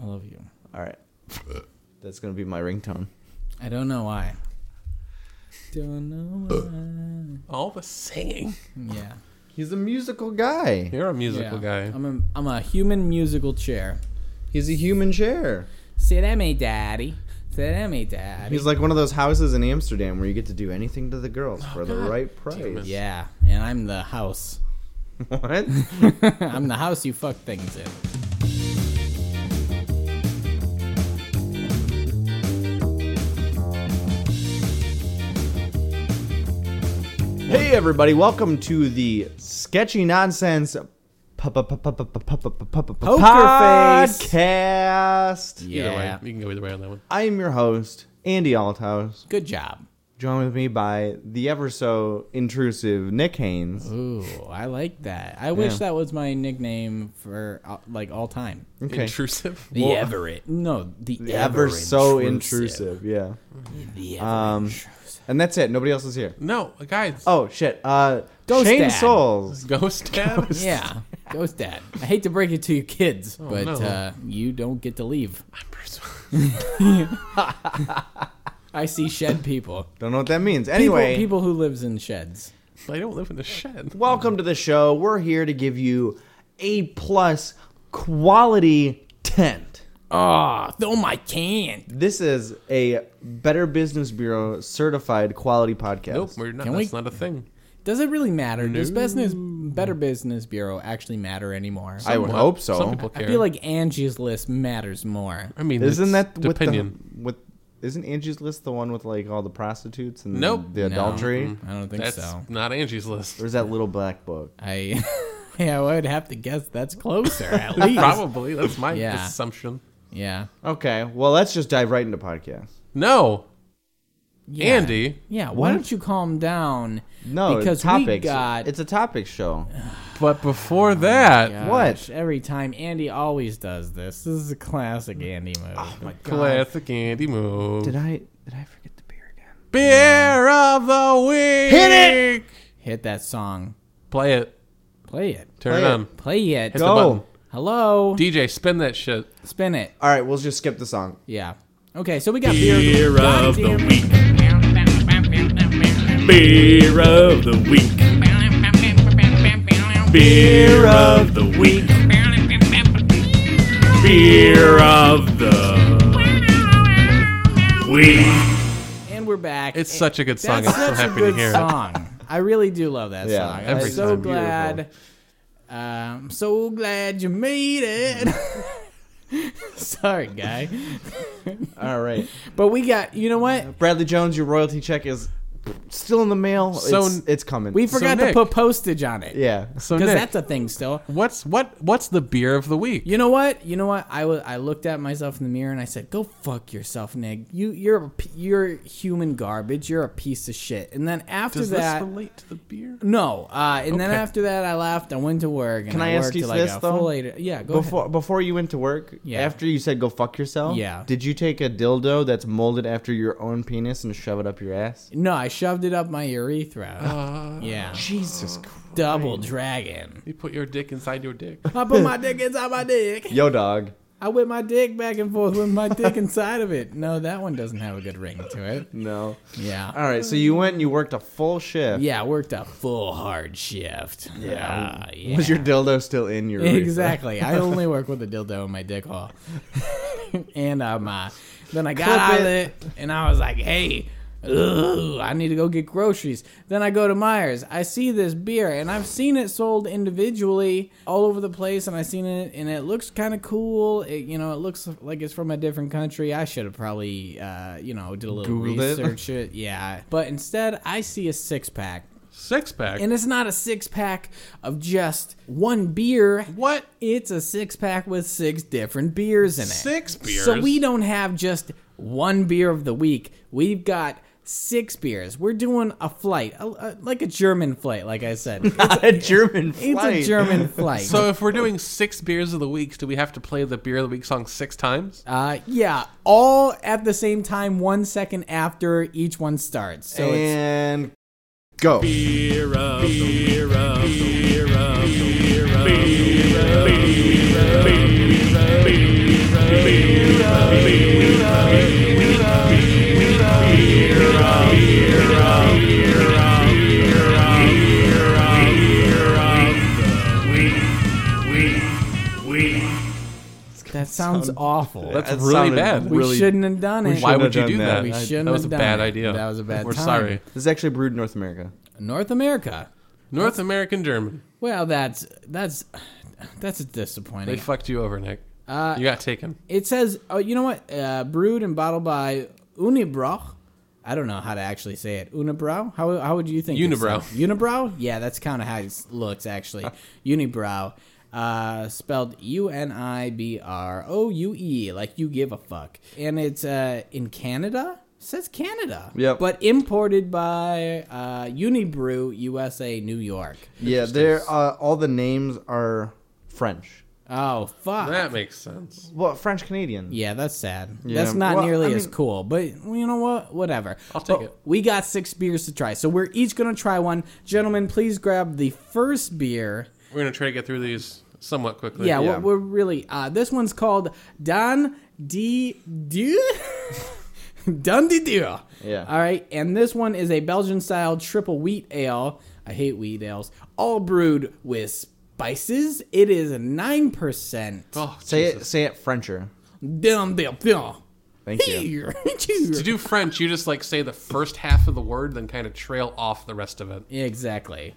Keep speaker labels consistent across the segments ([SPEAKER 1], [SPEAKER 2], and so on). [SPEAKER 1] All right. That's going to be my ringtone.
[SPEAKER 2] I don't know why. Don't
[SPEAKER 1] Uh.
[SPEAKER 2] know
[SPEAKER 3] All the singing.
[SPEAKER 2] why. Yeah.
[SPEAKER 1] He's a musical guy.
[SPEAKER 3] You're a musical
[SPEAKER 2] Yeah.
[SPEAKER 3] guy.
[SPEAKER 2] I'm a, I'm a human musical chair.
[SPEAKER 1] He's a human chair.
[SPEAKER 2] Sit at me, daddy. Sit at me, daddy.
[SPEAKER 1] He's like one of those houses in Amsterdam where you get to do anything to the girls for the
[SPEAKER 3] God
[SPEAKER 1] right
[SPEAKER 3] damn
[SPEAKER 1] price.
[SPEAKER 3] it.
[SPEAKER 2] yeah, and I'm the house.
[SPEAKER 1] What?
[SPEAKER 2] I'm the house you fuck things in.
[SPEAKER 1] hey, everybody. Welcome to the Sketchy Nonsense Poker
[SPEAKER 2] Face.
[SPEAKER 1] Podcast.
[SPEAKER 3] Either way,
[SPEAKER 2] Yeah.
[SPEAKER 3] you can go either way on that one.
[SPEAKER 1] I am your host, Andy Althouse,
[SPEAKER 2] Good job.
[SPEAKER 1] joined with me by the ever so intrusive Nick Haynes.
[SPEAKER 2] Ooh, I like that. I wish
[SPEAKER 1] Yeah.
[SPEAKER 2] that was my nickname for uh, like all time.
[SPEAKER 1] Okay.
[SPEAKER 3] Intrusive.
[SPEAKER 2] The Everett. No, the,
[SPEAKER 1] The ever so intrusive. Yeah.
[SPEAKER 2] The ever
[SPEAKER 1] Um,
[SPEAKER 2] intrusive.
[SPEAKER 1] And that's it. Nobody else is here.
[SPEAKER 3] No, guys.
[SPEAKER 1] Oh, shit. Uh,
[SPEAKER 2] Ghost
[SPEAKER 1] Shane
[SPEAKER 2] Dad.
[SPEAKER 1] Souls.
[SPEAKER 3] Ghost dad.
[SPEAKER 2] Yeah, ghost dad. I hate to break it to you kids,
[SPEAKER 1] Oh,
[SPEAKER 2] but
[SPEAKER 3] no.
[SPEAKER 2] uh, you don't get to leave.
[SPEAKER 3] I'm Bruce.
[SPEAKER 2] I see shed people.
[SPEAKER 1] Don't know what that means. Anyway.
[SPEAKER 2] people, people who lives in sheds.
[SPEAKER 3] I don't live in the shed.
[SPEAKER 1] Welcome to the show. We're here to give you a plus quality tent.
[SPEAKER 2] Oh,
[SPEAKER 1] Ah.
[SPEAKER 2] throw my can.
[SPEAKER 1] This is a Better Business Bureau certified quality podcast.
[SPEAKER 3] Nope, we're not.
[SPEAKER 2] Can
[SPEAKER 3] that's
[SPEAKER 2] we-
[SPEAKER 3] not a thing.
[SPEAKER 2] Does it really matter? Does business Better Business Bureau actually matter anymore?
[SPEAKER 1] I would
[SPEAKER 3] Well,
[SPEAKER 1] hope so.
[SPEAKER 3] Some people care.
[SPEAKER 2] I feel like Angie's List matters more.
[SPEAKER 3] I mean,
[SPEAKER 1] Isn't
[SPEAKER 3] it's
[SPEAKER 1] that with
[SPEAKER 3] opinion?
[SPEAKER 1] the with isn't Angie's List the one with like all the prostitutes and
[SPEAKER 3] Nope.
[SPEAKER 1] the
[SPEAKER 2] No,
[SPEAKER 1] adultery?
[SPEAKER 2] I don't think
[SPEAKER 3] Mm. That's
[SPEAKER 2] so.
[SPEAKER 3] not Angie's list.
[SPEAKER 1] Mm. Or is that little black book?
[SPEAKER 2] I yeah, I would have to guess that's closer at least.
[SPEAKER 3] Probably. That's my
[SPEAKER 2] Yeah.
[SPEAKER 3] assumption.
[SPEAKER 2] Yeah.
[SPEAKER 1] Okay, well let's just dive right into podcast.
[SPEAKER 3] No,
[SPEAKER 2] yeah.
[SPEAKER 3] Andy.
[SPEAKER 2] Yeah. Why don't you calm down?
[SPEAKER 1] No,
[SPEAKER 2] because
[SPEAKER 1] topics.
[SPEAKER 2] we got
[SPEAKER 1] it's a topic show.
[SPEAKER 3] But before
[SPEAKER 2] Oh
[SPEAKER 3] that,
[SPEAKER 2] Gosh,
[SPEAKER 1] What?
[SPEAKER 2] Uh, every time Andy always does this. This is a classic
[SPEAKER 3] Mm.
[SPEAKER 2] Andy move.
[SPEAKER 3] Oh classic Andy move.
[SPEAKER 1] Did I did I forget the beer again?
[SPEAKER 3] Beer of the week.
[SPEAKER 1] Hit
[SPEAKER 3] it.
[SPEAKER 2] Hit that song.
[SPEAKER 3] Play it.
[SPEAKER 2] Play it.
[SPEAKER 3] Turn
[SPEAKER 1] Play
[SPEAKER 3] it
[SPEAKER 1] it.
[SPEAKER 3] on.
[SPEAKER 2] Play it.
[SPEAKER 3] the
[SPEAKER 1] Go.
[SPEAKER 2] Hello.
[SPEAKER 3] DJ, spin that shit.
[SPEAKER 2] Spin it.
[SPEAKER 1] All right, we'll just skip the song.
[SPEAKER 2] Yeah. Okay, so we got beer of the, Goddamn-
[SPEAKER 4] Beer of the week. Beer of the week. Beer of the week.
[SPEAKER 2] And we're back.
[SPEAKER 3] It's
[SPEAKER 2] And
[SPEAKER 3] such a good song.
[SPEAKER 2] That's
[SPEAKER 3] I'm so
[SPEAKER 2] such
[SPEAKER 3] happy
[SPEAKER 2] a good
[SPEAKER 3] to hear it.
[SPEAKER 2] song. I really do love that
[SPEAKER 1] Yeah,
[SPEAKER 2] song. I'm
[SPEAKER 1] every
[SPEAKER 2] so
[SPEAKER 3] time.
[SPEAKER 2] glad. I'm so glad you made it. Sorry, guy.
[SPEAKER 1] All right.
[SPEAKER 2] But we got, you know what?
[SPEAKER 1] Bradley Jones, your royalty check is still in the mail.
[SPEAKER 3] So-
[SPEAKER 1] it's, it's coming.
[SPEAKER 2] We forgot to
[SPEAKER 3] Nick-
[SPEAKER 2] put postage on it.
[SPEAKER 1] yeah.
[SPEAKER 3] So
[SPEAKER 2] Because
[SPEAKER 3] Nick,
[SPEAKER 2] that's a thing still.
[SPEAKER 3] what's what what's the beer of the week?
[SPEAKER 2] You know what? You know what? I wa- I looked at myself in the mirror and I said, "Go fuck yourself, Nick. You you're a p- you're human garbage. You're a piece of shit." And then after
[SPEAKER 3] Does
[SPEAKER 2] that,
[SPEAKER 3] this relate to the beer?
[SPEAKER 2] no. Uh, and then
[SPEAKER 3] Okay.
[SPEAKER 2] after that, I left. I went to work. And
[SPEAKER 1] Can I
[SPEAKER 2] I,
[SPEAKER 1] ask
[SPEAKER 2] worked
[SPEAKER 1] you
[SPEAKER 2] till, like
[SPEAKER 1] this,
[SPEAKER 2] a
[SPEAKER 1] though?
[SPEAKER 2] full eight- Yeah, go
[SPEAKER 1] Before before you went to work,
[SPEAKER 2] Yeah.
[SPEAKER 1] after you said go fuck yourself,
[SPEAKER 2] Yeah.
[SPEAKER 1] did you take a dildo that's molded after your own penis and shove it up your ass?
[SPEAKER 2] ahead. No, I shoved it up my
[SPEAKER 1] Uh,
[SPEAKER 2] urethra. yeah,
[SPEAKER 1] Jesus Christ.
[SPEAKER 2] double dragon.
[SPEAKER 3] You put your dick inside your dick.
[SPEAKER 2] I put my dick inside my dick.
[SPEAKER 1] Yo dog.
[SPEAKER 2] I whip my dick back and forth with my dick inside of it. No, that one doesn't have a good ring to it.
[SPEAKER 1] No.
[SPEAKER 2] Yeah.
[SPEAKER 1] All right, so you went and you worked a full shift.
[SPEAKER 2] Yeah, I worked a full hard shift. Ah, Yeah. yeah.
[SPEAKER 1] Was your dildo still in your urethra?
[SPEAKER 2] exactly. I only work with a dildo in my dick hole. and um, uh, then I got
[SPEAKER 1] Clip
[SPEAKER 2] out of
[SPEAKER 1] it.
[SPEAKER 2] it, and I was like, hey, ugh, I need to go get groceries. Then I go to Myers. I see this beer, and I've seen it sold individually all over the place, and i seen it, and it looks kind of cool. It, you know, it looks like it's from a different country. I should have probably, uh, you know, did a little
[SPEAKER 1] Googled it.
[SPEAKER 2] research. It. yeah. But instead, I see a six pack.
[SPEAKER 3] Six pack.
[SPEAKER 2] And it's not a six pack of just one beer.
[SPEAKER 3] what?
[SPEAKER 2] It's a six pack with six different beers in it.
[SPEAKER 3] Six beers.
[SPEAKER 2] So we don't have just one beer of the week. We've got six beers. We're doing a flight, a, a- like a German flight, like I said. It's,
[SPEAKER 1] a German
[SPEAKER 2] it's a
[SPEAKER 1] flight.
[SPEAKER 2] German flight.
[SPEAKER 3] So if we're doing six beers of the week, do we have to play the beer of the week song six times?
[SPEAKER 2] uh, yeah, all at the same time, one second after each one starts. So it's
[SPEAKER 1] and go.
[SPEAKER 4] Beer of the week. Beer of the week. Beer of the week. Beer of the week. Beer of the week. Beer of the
[SPEAKER 2] That sounds awful.
[SPEAKER 3] That's
[SPEAKER 1] That
[SPEAKER 3] really
[SPEAKER 1] sounded
[SPEAKER 3] bad.
[SPEAKER 2] we
[SPEAKER 1] really-
[SPEAKER 2] shouldn't have done it.
[SPEAKER 3] Why would you
[SPEAKER 1] done
[SPEAKER 3] do
[SPEAKER 1] that.
[SPEAKER 3] that?
[SPEAKER 2] We shouldn't
[SPEAKER 3] that was
[SPEAKER 2] have
[SPEAKER 3] a
[SPEAKER 2] done
[SPEAKER 3] bad
[SPEAKER 2] it.
[SPEAKER 3] idea.
[SPEAKER 2] That was a bad
[SPEAKER 3] We're
[SPEAKER 2] time.
[SPEAKER 3] sorry.
[SPEAKER 1] This is actually brewed in North America.
[SPEAKER 2] North America.
[SPEAKER 3] North American German.
[SPEAKER 2] Well, that's that's that's
[SPEAKER 3] They
[SPEAKER 2] disappointing.
[SPEAKER 3] fucked you over, Nick.
[SPEAKER 2] Uh,
[SPEAKER 3] you got taken.
[SPEAKER 2] It says, oh, you know what? Uh, brewed and bottled by Unibrow. I don't know how to actually say it. Unibrow? How, how would you think? it's
[SPEAKER 3] Unibrow.
[SPEAKER 2] said? Unibrow? Yeah, that's kind of how it looks, actually. Unibrow. Uh, spelled U N I B R O U E, like you give a fuck. And it's uh, in Canada? says Canada.
[SPEAKER 1] Yep.
[SPEAKER 2] But imported by uh, Unibrew USA, New York.
[SPEAKER 1] Yeah, there. Uh, all the names are French.
[SPEAKER 2] Oh, fuck.
[SPEAKER 3] That makes sense.
[SPEAKER 1] Well, French Canadian.
[SPEAKER 2] Yeah, that's sad.
[SPEAKER 1] Yeah.
[SPEAKER 2] That's not
[SPEAKER 1] Well,
[SPEAKER 2] nearly
[SPEAKER 1] I
[SPEAKER 2] as
[SPEAKER 1] mean-
[SPEAKER 2] cool, but well, you know what? Whatever.
[SPEAKER 3] I'll take
[SPEAKER 2] But
[SPEAKER 3] it.
[SPEAKER 2] We got six beers to try, so we're each gonna try one. Gentlemen, please grab the first beer.
[SPEAKER 3] We're gonna try to get through these somewhat quickly.
[SPEAKER 2] Yeah,
[SPEAKER 1] Yeah.
[SPEAKER 2] We're, we're really. Uh, this one's called Don D Dieu. Don D Dieu.
[SPEAKER 1] Yeah.
[SPEAKER 2] All right, and this one is a Belgian style triple wheat ale. I hate wheat ales. All brewed with spices. It is nine percent.
[SPEAKER 3] Oh,
[SPEAKER 1] Say
[SPEAKER 3] Jesus.
[SPEAKER 1] it. Say it Frencher.
[SPEAKER 2] Dum dum dum.
[SPEAKER 1] Thank you.
[SPEAKER 3] To do French, you just like say the first half of the word, then kind of trail off the rest of it.
[SPEAKER 2] Exactly.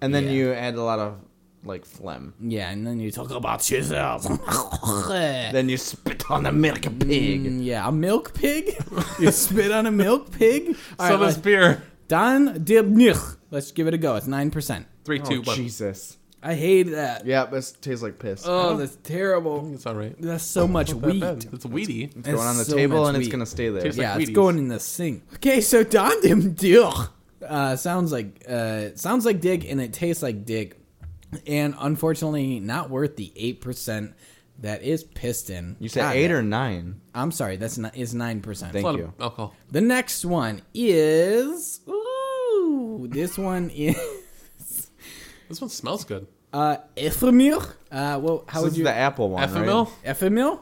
[SPEAKER 1] And then
[SPEAKER 2] Yeah.
[SPEAKER 1] you add a lot of like phlegm.
[SPEAKER 2] Yeah, and then you talk about yourself. Mm,
[SPEAKER 1] Then you spit on the milk pig.
[SPEAKER 2] yeah, a milk pig? you spit on a milk pig? All
[SPEAKER 3] so
[SPEAKER 2] right,
[SPEAKER 3] this
[SPEAKER 2] let's-
[SPEAKER 3] beer,
[SPEAKER 2] Dan Dibnich. Let's give it a go. It's 9%.
[SPEAKER 3] three, two,
[SPEAKER 1] Oh,
[SPEAKER 3] one.
[SPEAKER 1] Jesus.
[SPEAKER 2] I hate that.
[SPEAKER 1] Yeah, this tastes like piss.
[SPEAKER 2] Oh, that's terrible.
[SPEAKER 3] It's all right.
[SPEAKER 2] That's so much wheat.
[SPEAKER 3] Bad. It's weedy.
[SPEAKER 1] it's going on the
[SPEAKER 2] so
[SPEAKER 1] table
[SPEAKER 2] much
[SPEAKER 1] and it's
[SPEAKER 2] wheat.
[SPEAKER 1] gonna stay there.
[SPEAKER 3] Tastes like
[SPEAKER 2] yeah, it's
[SPEAKER 3] Wheaties.
[SPEAKER 2] going in the sink. Okay, so Don Dim Duch. Uh, sounds like uh, sounds like dick, and it tastes like dick, and unfortunately, not worth the eight percent that is pissed in.
[SPEAKER 1] You said
[SPEAKER 2] God,
[SPEAKER 1] eight
[SPEAKER 2] that-
[SPEAKER 1] or nine.
[SPEAKER 2] I'm sorry, that's not is nine percent.
[SPEAKER 1] Thank
[SPEAKER 3] A lot
[SPEAKER 1] you.
[SPEAKER 3] of alcohol.
[SPEAKER 2] The next one is ooh, this one is
[SPEAKER 3] This one smells good.
[SPEAKER 2] uh Ephemil. Uh well how
[SPEAKER 1] This
[SPEAKER 2] would
[SPEAKER 1] is
[SPEAKER 2] you
[SPEAKER 1] the apple one,
[SPEAKER 3] Ephemil?
[SPEAKER 2] Ephemil?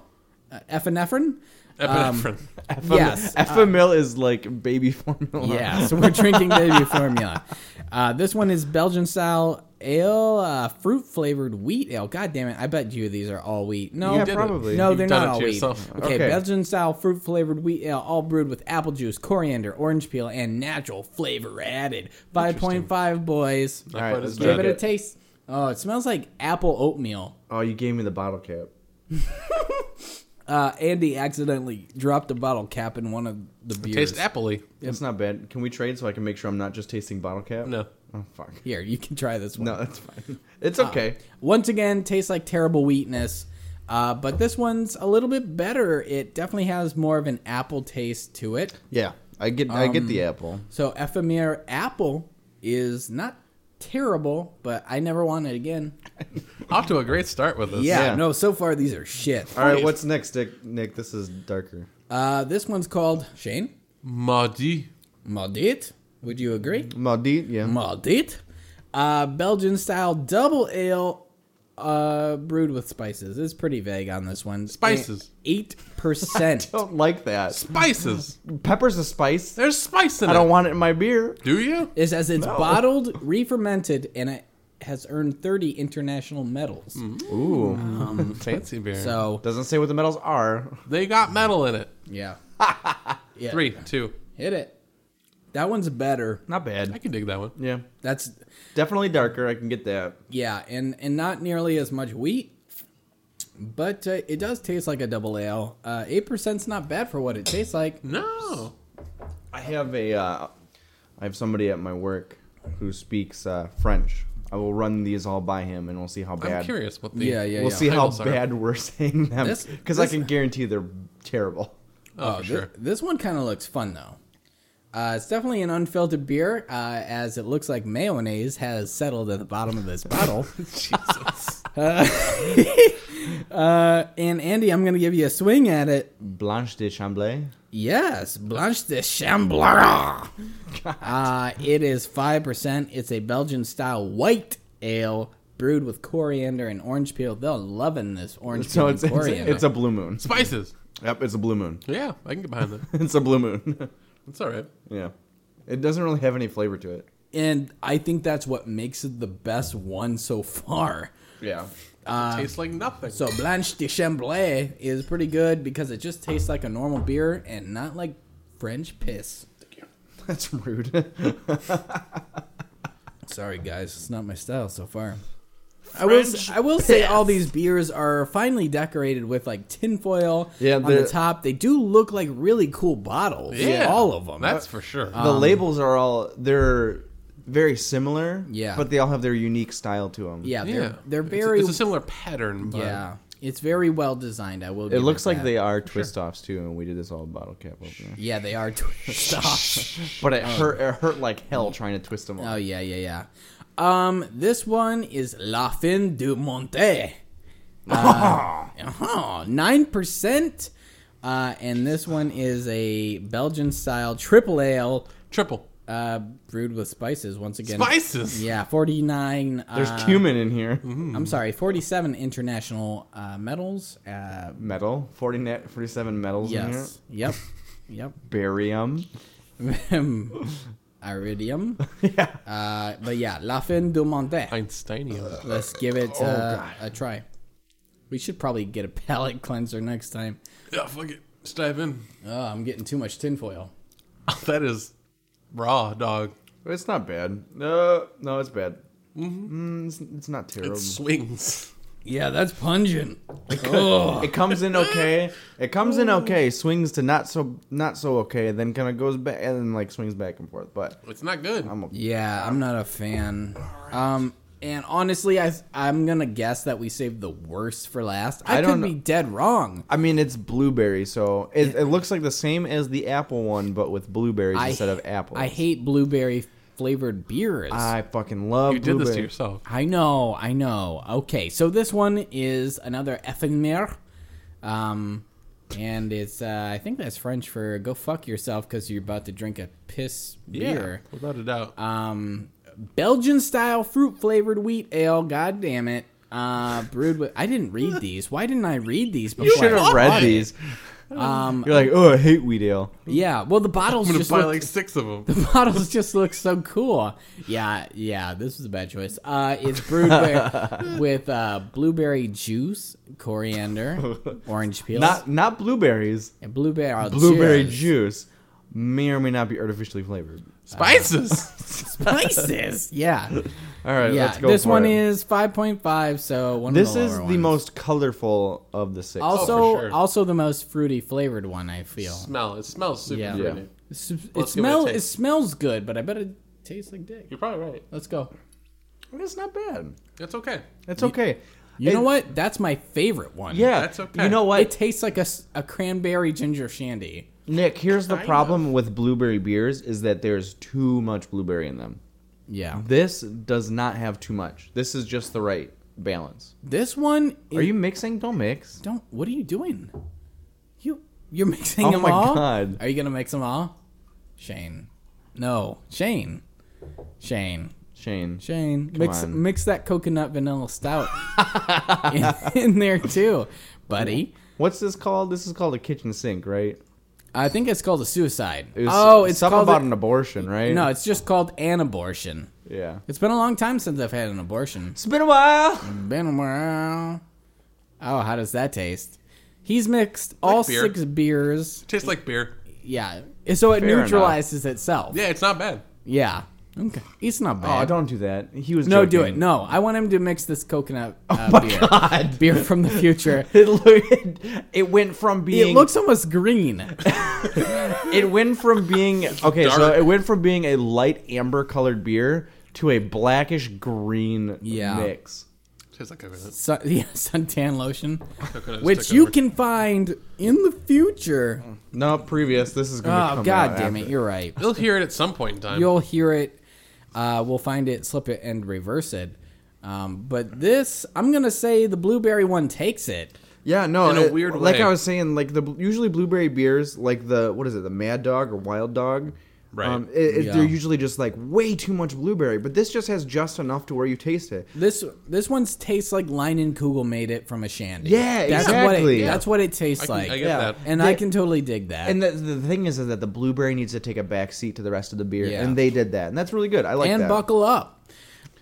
[SPEAKER 2] Uh, epinephrine?
[SPEAKER 1] Um,
[SPEAKER 3] Epinephrine.
[SPEAKER 1] right?
[SPEAKER 2] Yes.
[SPEAKER 1] Ephemil is like baby formula.
[SPEAKER 2] Yeah, so we're drinking baby formula. Uh this one is Belgian style ale, uh fruit flavored wheat ale. God damn it, I bet you these are all wheat. No,
[SPEAKER 1] Yeah,
[SPEAKER 3] did it.
[SPEAKER 1] probably.
[SPEAKER 2] No,
[SPEAKER 3] You've
[SPEAKER 2] they're not
[SPEAKER 3] done it
[SPEAKER 2] all
[SPEAKER 3] to
[SPEAKER 2] wheat.
[SPEAKER 3] yourself.
[SPEAKER 2] Okay,
[SPEAKER 1] Okay.
[SPEAKER 2] Belgian style fruit flavored wheat ale, all brewed with apple juice, coriander, orange peel, and natural flavor added. Five point five boys.
[SPEAKER 3] Not
[SPEAKER 1] right,
[SPEAKER 3] quite as
[SPEAKER 1] let's
[SPEAKER 3] bad.
[SPEAKER 2] Give
[SPEAKER 1] Drink
[SPEAKER 2] it a
[SPEAKER 1] it.
[SPEAKER 2] taste. Oh, it smells like apple oatmeal.
[SPEAKER 1] Oh, you gave me the bottle cap.
[SPEAKER 2] Uh, Andy accidentally dropped a bottle cap in one of the beers.
[SPEAKER 3] Tastes appley.
[SPEAKER 1] That's not bad. Can we trade so I can make sure I'm not just tasting bottle cap?
[SPEAKER 3] No.
[SPEAKER 1] Oh fuck.
[SPEAKER 2] Here, you can try this one.
[SPEAKER 1] No, that's fine. It's
[SPEAKER 3] Ah.
[SPEAKER 1] okay.
[SPEAKER 2] Once again, tastes like terrible wheatness. Uh, but this one's a little bit better. It definitely has more of an apple taste to it.
[SPEAKER 1] yeah, I get I get the apple.
[SPEAKER 2] So Ephemere Apple is not terrible, but I never want it again.
[SPEAKER 3] Off to a great start with this.
[SPEAKER 2] Yeah,
[SPEAKER 1] Yeah.
[SPEAKER 2] no, so far these are shit.
[SPEAKER 1] All right, what's next, Nick? Nick, this is darker.
[SPEAKER 2] Uh, this one's called Shane.
[SPEAKER 3] Maudit.
[SPEAKER 2] Maudit. Would you agree?
[SPEAKER 1] Maudit, yeah.
[SPEAKER 2] Maudit. Uh, Belgian style double ale uh, brewed with spices. It's pretty vague on this one.
[SPEAKER 3] Spices.
[SPEAKER 2] Eight percent.
[SPEAKER 1] don't like that.
[SPEAKER 3] Spices.
[SPEAKER 1] Pepper's a spice.
[SPEAKER 3] There's spice in
[SPEAKER 1] I
[SPEAKER 3] it.
[SPEAKER 1] don't want it in my beer.
[SPEAKER 3] Do you?
[SPEAKER 2] It says it's bottled, re-fermented, and it has earned thirty international medals.
[SPEAKER 1] Ooh.
[SPEAKER 3] Fancy beer.
[SPEAKER 2] So
[SPEAKER 1] Doesn't say what the metals are.
[SPEAKER 3] They got metal in it.
[SPEAKER 2] yeah, yeah.
[SPEAKER 3] Three, two.
[SPEAKER 2] Hit it. That one's better.
[SPEAKER 1] Not
[SPEAKER 3] I
[SPEAKER 1] bad.
[SPEAKER 3] can dig that one.
[SPEAKER 1] Yeah.
[SPEAKER 2] That's
[SPEAKER 1] Definitely darker. I can get that.
[SPEAKER 2] yeah, and and not nearly as much wheat, but uh, it does taste like a double ale. Eight percent's not bad for what it tastes like.
[SPEAKER 3] No.
[SPEAKER 1] I have a uh, I have somebody at my work who speaks uh, French. I will run these all by him and we'll see how
[SPEAKER 3] I'm
[SPEAKER 1] bad.
[SPEAKER 3] curious what the.
[SPEAKER 2] Yeah, yeah,
[SPEAKER 1] we'll
[SPEAKER 2] yeah.
[SPEAKER 1] see how
[SPEAKER 3] Titles are-
[SPEAKER 1] bad we're saying them
[SPEAKER 2] This-
[SPEAKER 1] because I
[SPEAKER 2] this-
[SPEAKER 1] can guarantee they're terrible.
[SPEAKER 3] Oh,
[SPEAKER 2] Oh,
[SPEAKER 3] for
[SPEAKER 2] thi-
[SPEAKER 3] sure.
[SPEAKER 2] This one kind of looks fun though. Uh, it's definitely an unfiltered beer, uh, as it looks like mayonnaise has settled at the bottom of this bottle.
[SPEAKER 3] Jesus.
[SPEAKER 2] Uh, and Andy, I'm gonna give you a swing at it.
[SPEAKER 1] Blanche de Chamblay.
[SPEAKER 2] Yes, Blanche de Chamblara. Uh, it is 5%. It's a Belgian style white ale brewed with coriander and orange peel. They're loving this orange
[SPEAKER 1] So
[SPEAKER 2] peel
[SPEAKER 1] it's
[SPEAKER 2] and
[SPEAKER 1] it's,
[SPEAKER 2] coriander.
[SPEAKER 1] it's a blue moon.
[SPEAKER 3] Spices.
[SPEAKER 1] Yep, it's a blue moon.
[SPEAKER 3] Yeah, I can get behind that.
[SPEAKER 1] It's a blue moon.
[SPEAKER 3] It's all right.
[SPEAKER 1] yeah, it doesn't really have any flavor to it.
[SPEAKER 2] and I think that's what makes it the best one so far.
[SPEAKER 1] Yeah,
[SPEAKER 3] it tastes like nothing.
[SPEAKER 2] Um, So Blanche de Chambly is pretty good because it just tastes like a normal beer and not like French piss.
[SPEAKER 1] That's rude.
[SPEAKER 2] Sorry guys, it's not my style so far. I will, s- I will say all these beers are finely decorated with like tinfoil
[SPEAKER 1] Yeah,
[SPEAKER 2] on
[SPEAKER 1] the-
[SPEAKER 2] the top. They do look like really cool bottles.
[SPEAKER 3] yeah,
[SPEAKER 2] All of Uh, them.
[SPEAKER 3] That's for sure.
[SPEAKER 1] the
[SPEAKER 2] Um,
[SPEAKER 1] labels are all they're very similar.
[SPEAKER 2] Yeah.
[SPEAKER 1] but they all have their unique style to them.
[SPEAKER 2] yeah,
[SPEAKER 3] yeah,
[SPEAKER 2] they're, they're
[SPEAKER 3] It's a-
[SPEAKER 2] very.
[SPEAKER 3] It's a, similar pattern, but
[SPEAKER 2] yeah. It's very well designed. I will.
[SPEAKER 1] It looks like they are twist offs too, and we did this all bottle cap opener.
[SPEAKER 2] Yeah, they are twist off.
[SPEAKER 1] But it hurt. It hurt like hell trying to twist them. All.
[SPEAKER 2] Oh yeah, yeah, yeah. Um, this one is La Fin du Monte. Uh, uh-huh, Nine percent. Uh, and this one is a Belgian style triple ale,
[SPEAKER 3] triple
[SPEAKER 2] uh, brewed with spices once again.
[SPEAKER 3] spices.
[SPEAKER 2] Yeah, forty nine. Uh, mm-hmm.
[SPEAKER 1] There's cumin in here.
[SPEAKER 2] I'm sorry, forty seven international uh, medals. Uh,
[SPEAKER 1] Metal. 40 net, 47 metals in here.
[SPEAKER 2] yes. Yep. Yep.
[SPEAKER 1] Barium.
[SPEAKER 2] Iridium.
[SPEAKER 1] Yeah.
[SPEAKER 2] Uh, but yeah, La Fin du Monte.
[SPEAKER 3] Einsteinium.
[SPEAKER 2] Let's give it uh, a try. We should probably get a palate cleanser next time.
[SPEAKER 3] Yeah, fuck it. Let's dive in.
[SPEAKER 2] Oh, I'm getting too much tinfoil.
[SPEAKER 3] That is raw, dog.
[SPEAKER 1] It's not bad. No, no, it's bad. Mm, it's, it's not terrible.
[SPEAKER 2] Um,
[SPEAKER 3] It swings.
[SPEAKER 2] Yeah, that's pungent. Oh,
[SPEAKER 1] it comes in okay. It comes in okay. Swings to not so not so okay. Then kind of goes back and then like swings back and forth. But
[SPEAKER 3] It's not good.
[SPEAKER 2] yeah, I'm not a fan. Um, and honestly, I I'm gonna guess that we saved the worst for last. I,
[SPEAKER 1] I
[SPEAKER 2] could
[SPEAKER 1] don't
[SPEAKER 2] be
[SPEAKER 1] know.
[SPEAKER 2] dead wrong.
[SPEAKER 1] I mean, it's blueberry, so it, it looks like the same as the apple one, but with blueberries
[SPEAKER 2] I
[SPEAKER 1] instead of apples.
[SPEAKER 2] I hate blueberry flavored beers.
[SPEAKER 1] I fucking love
[SPEAKER 3] you did
[SPEAKER 1] blueberry.
[SPEAKER 3] this to yourself.
[SPEAKER 2] I know, I know. Okay, so this one is another effemer. Um, and it's, uh, I think that's French for go fuck yourself because you're about to drink a piss beer.
[SPEAKER 3] Yeah, without a doubt.
[SPEAKER 2] Um, Belgian style fruit flavored wheat ale, god damn it. Uh, brewed with, I didn't read these. Why didn't I read these before?
[SPEAKER 1] You should
[SPEAKER 2] I
[SPEAKER 1] have
[SPEAKER 2] bought
[SPEAKER 1] read
[SPEAKER 2] it?
[SPEAKER 1] these. Um, You're like, oh, I hate wheat ale.
[SPEAKER 2] Yeah, well, the bottles
[SPEAKER 3] I'm gonna
[SPEAKER 2] just
[SPEAKER 3] buy
[SPEAKER 2] looked-
[SPEAKER 3] like six of them.
[SPEAKER 2] The bottles just look so cool. Yeah, yeah, this was a bad choice. Uh, it's brewed with, with uh, blueberry juice, coriander, orange peels,
[SPEAKER 1] Not not blueberries.
[SPEAKER 2] and blueberry oh,
[SPEAKER 1] Blueberry
[SPEAKER 2] juice.
[SPEAKER 1] juice may or may not be artificially flavored.
[SPEAKER 3] Spices.
[SPEAKER 2] Spices, yeah,
[SPEAKER 1] All right,
[SPEAKER 2] yeah.
[SPEAKER 1] let's go.
[SPEAKER 2] This
[SPEAKER 1] for
[SPEAKER 2] one
[SPEAKER 1] it.
[SPEAKER 2] is five point five, so one.
[SPEAKER 1] This
[SPEAKER 2] of the
[SPEAKER 1] is
[SPEAKER 2] lower
[SPEAKER 1] the
[SPEAKER 2] ones.
[SPEAKER 1] most colorful of the six.
[SPEAKER 2] also
[SPEAKER 3] Oh, for sure.
[SPEAKER 2] also the most fruity flavored one. I feel.
[SPEAKER 3] Smell. It smells super
[SPEAKER 2] Yeah.
[SPEAKER 3] fruity.
[SPEAKER 1] Yeah.
[SPEAKER 2] It's- It
[SPEAKER 3] let's give it a
[SPEAKER 2] smells. It
[SPEAKER 3] taste.
[SPEAKER 2] smells good, but I bet it tastes like dick.
[SPEAKER 3] You're probably right.
[SPEAKER 2] Let's go.
[SPEAKER 1] Oh, it's not bad.
[SPEAKER 3] It's okay.
[SPEAKER 1] It's okay.
[SPEAKER 2] You
[SPEAKER 1] It-
[SPEAKER 2] know what? That's my favorite one.
[SPEAKER 1] Yeah,
[SPEAKER 3] That's okay.
[SPEAKER 1] You know what,
[SPEAKER 2] It tastes like a, s- a cranberry ginger shandy.
[SPEAKER 1] Nick? Here's the
[SPEAKER 3] Kind
[SPEAKER 1] problem with blueberry beers is that there's too much blueberry in them.
[SPEAKER 2] Yeah.
[SPEAKER 1] This does not have too much. This is just the right balance.
[SPEAKER 2] This one.
[SPEAKER 1] Are you mixing? Don't mix.
[SPEAKER 2] Don't. What are you doing? You you're mixing
[SPEAKER 1] Oh
[SPEAKER 2] them
[SPEAKER 1] my
[SPEAKER 2] all.
[SPEAKER 1] God.
[SPEAKER 2] Are you gonna mix them all? Shane. No, Shane. Shane.
[SPEAKER 1] Shane.
[SPEAKER 2] Shane. mix
[SPEAKER 1] on.
[SPEAKER 2] mix that coconut vanilla stout in, in there too, buddy.
[SPEAKER 1] What's this called? This is called a kitchen sink, right?
[SPEAKER 2] I think it's called a suicide.
[SPEAKER 1] It was
[SPEAKER 2] oh, it's
[SPEAKER 1] something
[SPEAKER 2] called
[SPEAKER 1] about
[SPEAKER 2] a-
[SPEAKER 1] an abortion, right?
[SPEAKER 2] no. It's just called an abortion.
[SPEAKER 1] yeah.
[SPEAKER 2] It's been a long time since I've had an abortion.
[SPEAKER 1] It's been a while.
[SPEAKER 2] Been a while. Oh, how does that taste? He's mixed all
[SPEAKER 3] beer.
[SPEAKER 2] six beers.
[SPEAKER 3] Tastes like beer.
[SPEAKER 2] Yeah. So it
[SPEAKER 1] Fair
[SPEAKER 2] neutralizes itself.
[SPEAKER 3] Yeah, it's not bad.
[SPEAKER 2] Yeah. Okay. It's not
[SPEAKER 1] Oh,
[SPEAKER 2] bad.
[SPEAKER 1] don't do that. He was
[SPEAKER 2] no,
[SPEAKER 1] joking.
[SPEAKER 2] do it. No, I want him to mix this coconut uh,
[SPEAKER 1] Oh my
[SPEAKER 2] beer.
[SPEAKER 1] God.
[SPEAKER 2] Beer from the future.
[SPEAKER 1] It, lo- it went from being
[SPEAKER 2] It looks almost green.
[SPEAKER 1] it went from being okay so
[SPEAKER 3] dark.
[SPEAKER 1] it went from being a light amber colored beer to a blackish green
[SPEAKER 2] Yeah.
[SPEAKER 1] mix
[SPEAKER 3] Tastes like coconut.
[SPEAKER 2] Sun, yeah, suntan lotion,
[SPEAKER 3] Coconut
[SPEAKER 2] which
[SPEAKER 3] stick
[SPEAKER 2] you
[SPEAKER 3] over.
[SPEAKER 2] can find in the future.
[SPEAKER 1] no previous this is gonna
[SPEAKER 2] Oh,
[SPEAKER 1] Oh, come
[SPEAKER 2] god
[SPEAKER 1] out
[SPEAKER 2] damn it!
[SPEAKER 1] after.
[SPEAKER 2] You're right.
[SPEAKER 3] You'll hear it at some point in time.
[SPEAKER 2] You'll hear it. Uh, we'll find it, slip it, and reverse it. Um, but this, I'm gonna say the blueberry one takes it.
[SPEAKER 1] yeah no
[SPEAKER 3] In a
[SPEAKER 1] it-
[SPEAKER 3] weird
[SPEAKER 1] like
[SPEAKER 3] way.
[SPEAKER 1] i was saying like the bl- usually blueberry beers like the what is it the mad dog or wild dog
[SPEAKER 3] Right.
[SPEAKER 1] um, it, it-
[SPEAKER 2] Yeah.
[SPEAKER 1] they're usually just like way too much blueberry but this just has just enough to where you taste it
[SPEAKER 2] This this one tastes like Leinen Kugel made it from a shandy.
[SPEAKER 1] Yeah,
[SPEAKER 2] that's What it,
[SPEAKER 1] exactly.
[SPEAKER 2] That's what it tastes
[SPEAKER 3] I can-
[SPEAKER 2] like.
[SPEAKER 3] I get
[SPEAKER 1] Yeah.
[SPEAKER 3] that.
[SPEAKER 2] and I
[SPEAKER 1] They-
[SPEAKER 2] can totally dig that.
[SPEAKER 1] and
[SPEAKER 2] And,
[SPEAKER 1] the, the thing is, is that the blueberry needs to take a back seat to the rest of the beer,
[SPEAKER 2] Yeah.
[SPEAKER 1] and they did that, and that's really good. I like that.
[SPEAKER 2] buckle up.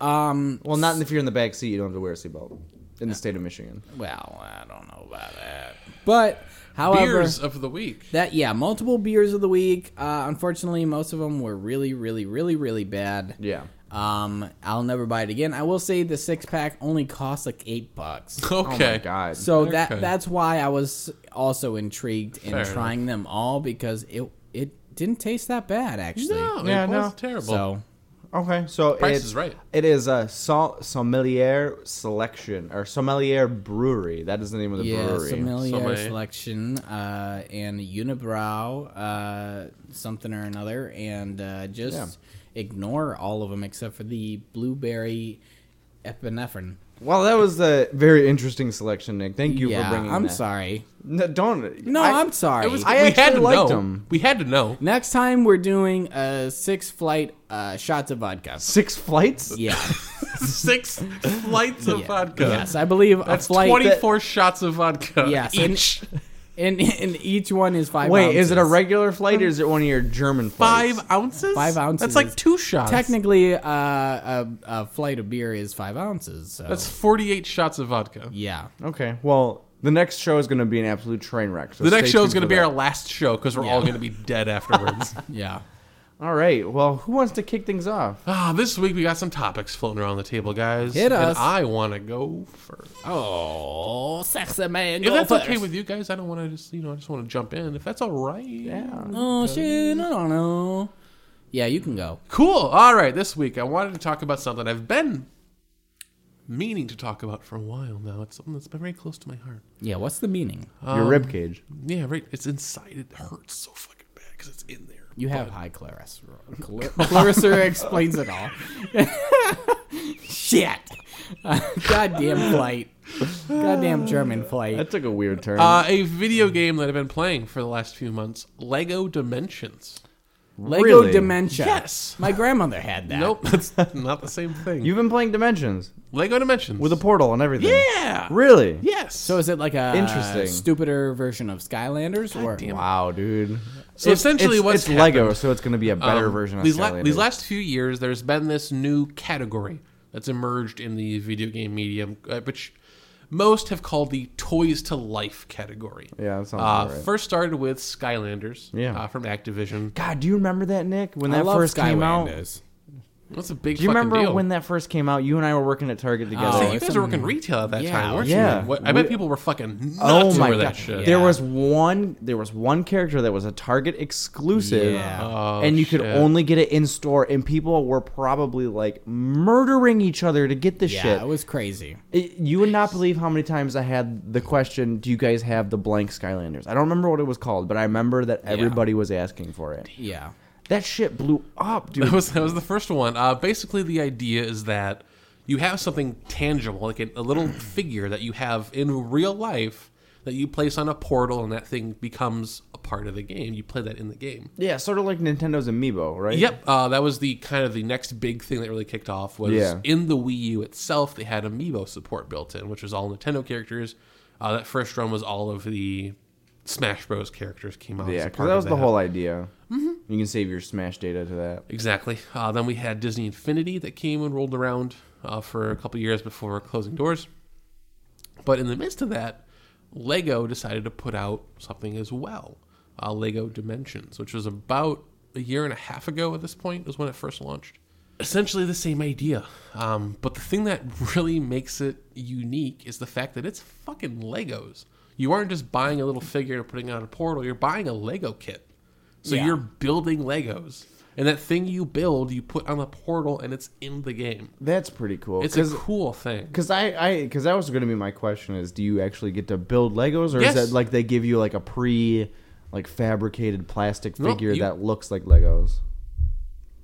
[SPEAKER 2] Um,
[SPEAKER 1] well, not if you're in the back seat, you don't have to wear a seatbelt. in the state of Michigan.
[SPEAKER 2] Well, I don't know about that. But however,
[SPEAKER 3] Beers of the week.
[SPEAKER 2] that yeah, multiple beers of the week. Uh, unfortunately, most of them were really, really, really, really bad.
[SPEAKER 1] Yeah.
[SPEAKER 2] Um, I'll never buy it again. I will say the six pack only costs like eight bucks.
[SPEAKER 1] Oh my
[SPEAKER 3] Okay.
[SPEAKER 1] god.
[SPEAKER 2] So
[SPEAKER 3] Okay.
[SPEAKER 2] that that's why I was also intrigued in
[SPEAKER 3] Fair
[SPEAKER 2] trying them all because it it didn't taste that bad actually.
[SPEAKER 3] no,
[SPEAKER 1] Yeah,
[SPEAKER 3] it was
[SPEAKER 1] no.
[SPEAKER 3] terrible.
[SPEAKER 2] So
[SPEAKER 1] okay, so
[SPEAKER 3] Price
[SPEAKER 1] it's-
[SPEAKER 3] is right.
[SPEAKER 1] It is a Sol- sommelier selection or sommelier brewery. That is the name of the
[SPEAKER 2] yeah,
[SPEAKER 1] brewery.
[SPEAKER 2] sommelier
[SPEAKER 3] Sommelier.
[SPEAKER 2] selection uh, and unibrow uh, something or another, and uh, just ignore all of them except for the blueberry epinephrine.
[SPEAKER 1] well, that was a very interesting selection, Nick. Thank you
[SPEAKER 2] yeah,
[SPEAKER 1] for bringing.
[SPEAKER 2] I'm
[SPEAKER 1] that.
[SPEAKER 2] sorry.
[SPEAKER 1] No, don't.
[SPEAKER 2] No,
[SPEAKER 1] I,
[SPEAKER 2] I, am sorry.
[SPEAKER 3] It was,
[SPEAKER 1] I
[SPEAKER 3] we
[SPEAKER 1] actually
[SPEAKER 3] had to
[SPEAKER 1] liked
[SPEAKER 3] know.
[SPEAKER 1] them.
[SPEAKER 3] We had to know.
[SPEAKER 2] Next time we're doing a six flight uh, shots of vodka.
[SPEAKER 1] Six flights.
[SPEAKER 2] Yeah.
[SPEAKER 3] Six flights of
[SPEAKER 2] Yeah.
[SPEAKER 3] vodka.
[SPEAKER 2] Yes, I believe
[SPEAKER 3] That's
[SPEAKER 2] a flight.
[SPEAKER 3] 24 shots of vodka
[SPEAKER 2] Yes, and-
[SPEAKER 3] each.
[SPEAKER 2] And, and each one is five.
[SPEAKER 1] Wait, is it a
[SPEAKER 2] ounces.
[SPEAKER 1] regular flight or is it one of your German flights?
[SPEAKER 3] Five ounces?
[SPEAKER 2] Five ounces
[SPEAKER 3] That's like
[SPEAKER 2] is-
[SPEAKER 3] two shots.
[SPEAKER 2] Technically, uh, a, a flight of beer is five ounces. So.
[SPEAKER 3] That's 48 shots of vodka.
[SPEAKER 2] yeah.
[SPEAKER 1] Okay. Well, the next show is going to be an absolute train wreck. So
[SPEAKER 3] The next
[SPEAKER 1] stay
[SPEAKER 3] show is
[SPEAKER 1] tuned
[SPEAKER 3] going to
[SPEAKER 1] for
[SPEAKER 3] be
[SPEAKER 1] that.
[SPEAKER 3] our last show because we're all
[SPEAKER 2] Yeah.
[SPEAKER 3] going to be dead afterwards.
[SPEAKER 2] Yeah.
[SPEAKER 1] All right. Well, who wants to kick things off?
[SPEAKER 3] ah, this week we got some topics floating around the table, guys.
[SPEAKER 2] Hit us.
[SPEAKER 3] And I want to go first.
[SPEAKER 2] Oh, sexy man.
[SPEAKER 3] If that's okay with you guys, I don't want to just, you know, I just want to jump in. If that's all right. Yeah.
[SPEAKER 2] Oh shit! I don't know. Yeah, you can go.
[SPEAKER 3] Cool. All right. This week I wanted to talk about something I've been meaning to talk about for a while now. It's something that's been very close to my heart.
[SPEAKER 2] Yeah. What's the meaning?
[SPEAKER 1] your rib cage.
[SPEAKER 3] Yeah, right. It's inside. It hurts so fucking bad because it's in there.
[SPEAKER 2] You have high cholesterol. Cl- Clarissa explains it all. shit. Goddamn flight. Goddamn German flight.
[SPEAKER 1] That took a weird turn.
[SPEAKER 3] Uh, a video game that I've been playing for the last few months, Lego Dimensions.
[SPEAKER 2] Lego
[SPEAKER 1] really?
[SPEAKER 2] dementia.
[SPEAKER 3] Yes.
[SPEAKER 2] My grandmother had that.
[SPEAKER 3] Nope, that's not the same thing.
[SPEAKER 1] You've been playing Dimensions
[SPEAKER 3] Lego Dimensions
[SPEAKER 1] with a portal and everything.
[SPEAKER 3] yeah,
[SPEAKER 1] Really?
[SPEAKER 3] yes.
[SPEAKER 2] So Oh, is it like a
[SPEAKER 1] Interesting.
[SPEAKER 2] stupider version of Skylanders or
[SPEAKER 1] Wow, dude.
[SPEAKER 3] So essentially
[SPEAKER 1] it's,
[SPEAKER 3] what's
[SPEAKER 1] it's Lego,
[SPEAKER 3] happened-
[SPEAKER 1] so it's going to be a better
[SPEAKER 3] Um,
[SPEAKER 1] version of
[SPEAKER 3] these, la-
[SPEAKER 1] Skylanders.
[SPEAKER 3] these last few years, there's been this new category that's emerged in the video game medium, uh, which most have called the toys to life category.
[SPEAKER 1] Yeah, that sounds
[SPEAKER 3] Uh,
[SPEAKER 1] about right.
[SPEAKER 3] First started with Skylanders
[SPEAKER 1] Yeah.
[SPEAKER 3] uh, from Activision.
[SPEAKER 1] God, do you remember that, Nick? When
[SPEAKER 2] I
[SPEAKER 1] that
[SPEAKER 2] love
[SPEAKER 1] first came out. Do
[SPEAKER 2] Skylanders.
[SPEAKER 3] That's a big.
[SPEAKER 1] you
[SPEAKER 3] fucking
[SPEAKER 1] remember
[SPEAKER 3] deal.
[SPEAKER 1] when that first came out? You and I were working at Target together.
[SPEAKER 2] Oh,
[SPEAKER 3] So you
[SPEAKER 2] it's
[SPEAKER 3] guys
[SPEAKER 2] a-
[SPEAKER 3] were working retail at that
[SPEAKER 2] yeah,
[SPEAKER 3] time, weren't
[SPEAKER 1] yeah.
[SPEAKER 3] you? What, I bet
[SPEAKER 1] We-
[SPEAKER 3] people were fucking nuts
[SPEAKER 1] Oh my
[SPEAKER 3] over
[SPEAKER 1] god!
[SPEAKER 3] that shit.
[SPEAKER 1] There
[SPEAKER 2] Yeah.
[SPEAKER 1] was one. There was one character that was a Target exclusive,
[SPEAKER 2] Yeah.
[SPEAKER 3] Oh,
[SPEAKER 1] and you could
[SPEAKER 3] shit.
[SPEAKER 1] only get it in store. And people were probably like murdering each other to get the
[SPEAKER 2] Yeah,
[SPEAKER 1] shit.
[SPEAKER 2] it was crazy.
[SPEAKER 1] It- you would not believe how many times I had the question, "Do you guys have the blank Skylanders?" I don't remember what it was called, but I remember that everybody was asking for it.
[SPEAKER 2] Yeah.
[SPEAKER 1] That shit blew up, dude.
[SPEAKER 3] That was that was the first one. Uh, basically, the idea is that you have something tangible, like a, a little figure that you have in real life that you place on a portal, and that thing becomes a part of the game. You play that in the game.
[SPEAKER 1] yeah, sort of like Nintendo's Amiibo, right?
[SPEAKER 3] Yep, uh, that was the kind of the next big thing that really kicked off was
[SPEAKER 1] Yeah.
[SPEAKER 3] in the Wii U itself. They had Amiibo support built in, which was all Nintendo characters. Uh, that first run was all of the Smash Bros. characters came out. as
[SPEAKER 1] Yeah,
[SPEAKER 3] a
[SPEAKER 1] because
[SPEAKER 3] part
[SPEAKER 1] that
[SPEAKER 3] of
[SPEAKER 1] was the whole idea. Mm-hmm. You can save your Smash data to that.
[SPEAKER 3] Exactly. Uh, then we had Disney Infinity that came and rolled around uh, for a couple years before closing doors. But in the midst of that, Lego decided to put out something as well uh, Lego Dimensions, which was about a year and a half ago at this point, was when it first launched. Essentially the same idea. Um, but the thing that really makes it unique is the fact that it's fucking Legos. You aren't just buying a little figure and putting it on a portal, you're buying a Lego kit. So
[SPEAKER 2] Yeah.
[SPEAKER 3] you're building Legos. And that thing you build, you put on the portal and it's in the game.
[SPEAKER 1] That's pretty cool.
[SPEAKER 3] It's
[SPEAKER 1] Because
[SPEAKER 3] a cool thing.
[SPEAKER 1] Because I, I, because that was going to be my question: is do you actually get to build Legos, or
[SPEAKER 3] Yes.
[SPEAKER 1] is that like they give you like a pre, like fabricated plastic
[SPEAKER 3] No,
[SPEAKER 1] figure
[SPEAKER 3] you-
[SPEAKER 1] that looks like Legos?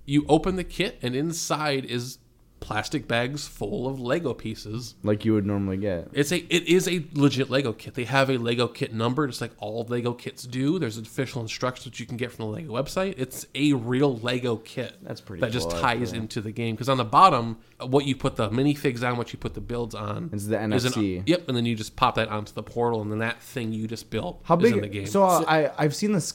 [SPEAKER 3] you open the kit and inside is plastic bags full of lego pieces
[SPEAKER 1] like you would normally get.
[SPEAKER 3] it's a it is a legit lego kit they have a lego kit number just like all lego kits do there's official instructions that you can get from the lego website it's a real lego kit
[SPEAKER 1] That's pretty
[SPEAKER 3] that just
[SPEAKER 1] cool,
[SPEAKER 3] ties into the game because on the bottom what you put the minifigs on what you put the builds on
[SPEAKER 1] It's the
[SPEAKER 3] is an-
[SPEAKER 1] NFC.
[SPEAKER 3] yep and then you just pop that onto the portal and then that thing you just built
[SPEAKER 1] How
[SPEAKER 3] is
[SPEAKER 1] big?
[SPEAKER 3] in the game
[SPEAKER 1] So, uh, I, I've seen this